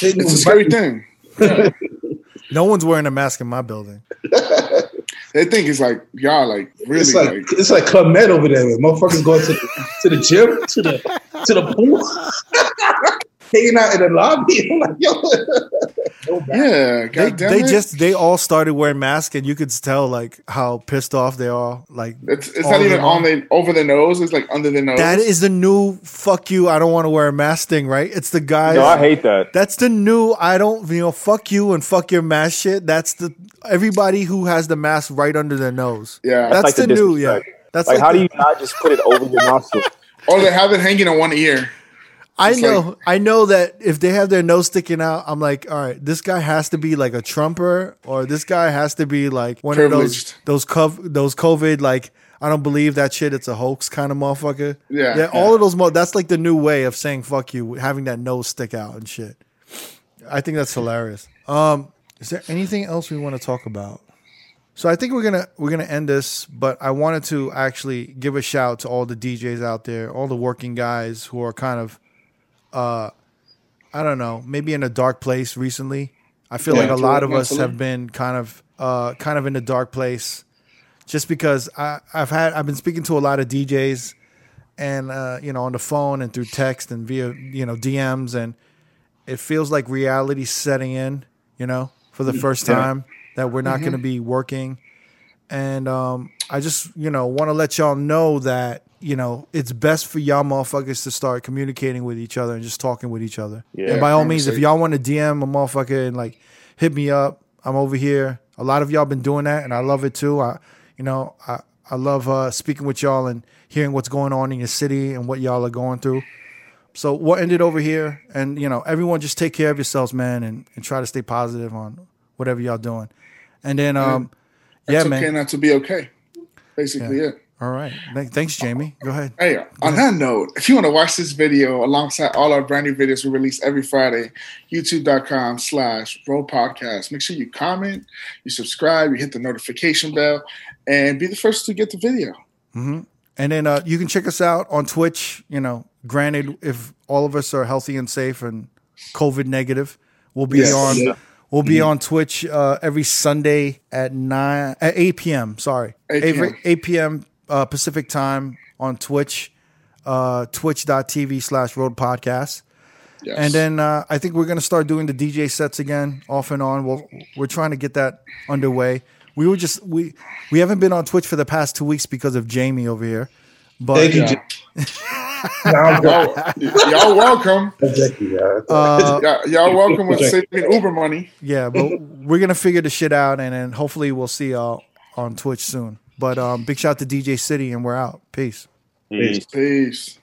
S4: they-
S2: It's a scary thing.
S1: No one's wearing a mask in my building.
S2: They think it's like y'all like really
S4: It's
S2: like,
S4: like it's like Club Med over there. man. Motherfuckers going to the, to the gym, to the to the pool, hanging out in the lobby. I'm like, yo, so bad.
S2: Yeah,
S1: They,
S2: goddamn
S1: they
S2: it.
S1: just they all started wearing masks, and you could tell like how pissed off they are. Like
S2: it's, it's
S1: all
S2: not
S1: of
S2: even
S1: them
S2: on
S1: are.
S2: the over the nose. It's like under the nose.
S1: That is the new "fuck you." I don't want to wear a mask thing, right? It's the guys.
S3: No, I hate that.
S1: That's the new I don't you know fuck you and fuck your mask shit. That's the everybody who has the mask right under their nose.
S2: yeah.
S1: That's,
S3: like
S1: the,
S3: the
S1: new yeah.
S3: disrespect.
S1: That's
S3: Like, how
S1: the-
S3: do you not just put it over your nostril?
S2: or they have it hanging on one ear.
S1: I
S2: It's
S1: know, I know that if they have their nose sticking out, I'm like, all right, this guy has to be like a Trumper, or this guy has to be like one
S2: Privileged.
S1: of those those cov- those COVID like I don't believe that shit. It's a hoax kind of motherfucker.
S2: Yeah,
S1: yeah. All of those. Mo- that's like the new way of saying fuck you, having that nose stick out and shit. I think that's hilarious. Um, is there anything else we want to talk about? So I think we're gonna we're gonna end this, but I wanted to actually give a shout to all the DJs out there, all the working guys who are kind of, uh, I don't know, maybe in a dark place recently. I feel
S2: Yeah,
S1: like a lot of
S2: absolutely,
S1: us have been kind of uh, kind of in a dark place, just because I, I've had I've been speaking to a lot of DJs, and uh, you know on the phone and through text and via you know DMs and it feels like reality setting in, you know, for the
S2: Mm.
S1: first time that we're not going to be working. And um, I just, you know, want to let y'all know that, you know, it's best for y'all motherfuckers to start communicating with each other and just talking with each other.
S3: Yeah,
S1: and by all means, if
S2: honestly.
S1: y'all want to DM a motherfucker and like hit me up, I'm over here. A lot of y'all been doing that and I love it too. I, you know, I, I love uh, speaking with y'all and hearing what's going on in your city and what y'all are going through. So we'll end it over here. And, you know, everyone just take care of yourselves, man, and, and try to stay positive on whatever y'all doing. And then, um, yeah,
S2: It's okay
S1: man.
S2: not to be okay. Basically, it.
S1: All right. Th- thanks, Jamie. Go ahead.
S2: Hey, on that note, if you want to watch this video alongside all our brand new videos we release every Friday, youtube.com slash roll podcast. Make sure you comment, you subscribe, you hit the notification bell, and be the first to get the video.
S1: And then uh, you can check us out on Twitch. You know, granted, if all of us are healthy and safe and COVID negative, we'll be
S2: Yes.
S1: on.
S2: Yeah. Mm-hmm.
S1: We'll be on Twitch uh, every Sunday at nine at eight p.m. Sorry,
S2: 8 p.m.
S1: Every- eight p.m. Uh, Pacific time on Twitch, uh, twitch.tv slash Road Podcast.
S2: Yes.
S1: And then uh, I think we're going to start doing the DJ sets again, off and on. We'll, we're trying to get that underway. We were just we we haven't been on Twitch for the past two weeks because of Jamie over here. But
S4: Thank you.
S2: Yeah.
S4: Jim. No, I'm good.
S2: y'all, y'all welcome.
S4: Thank you, guys.
S1: uh,
S2: Y'all, y'all welcome with saving Uber money.
S1: yeah, but we're gonna figure the shit out, and then hopefully we'll see y'all on Twitch soon. But um, big shout out to DJ City, and we're out. Peace.
S3: Jeez.
S2: Peace.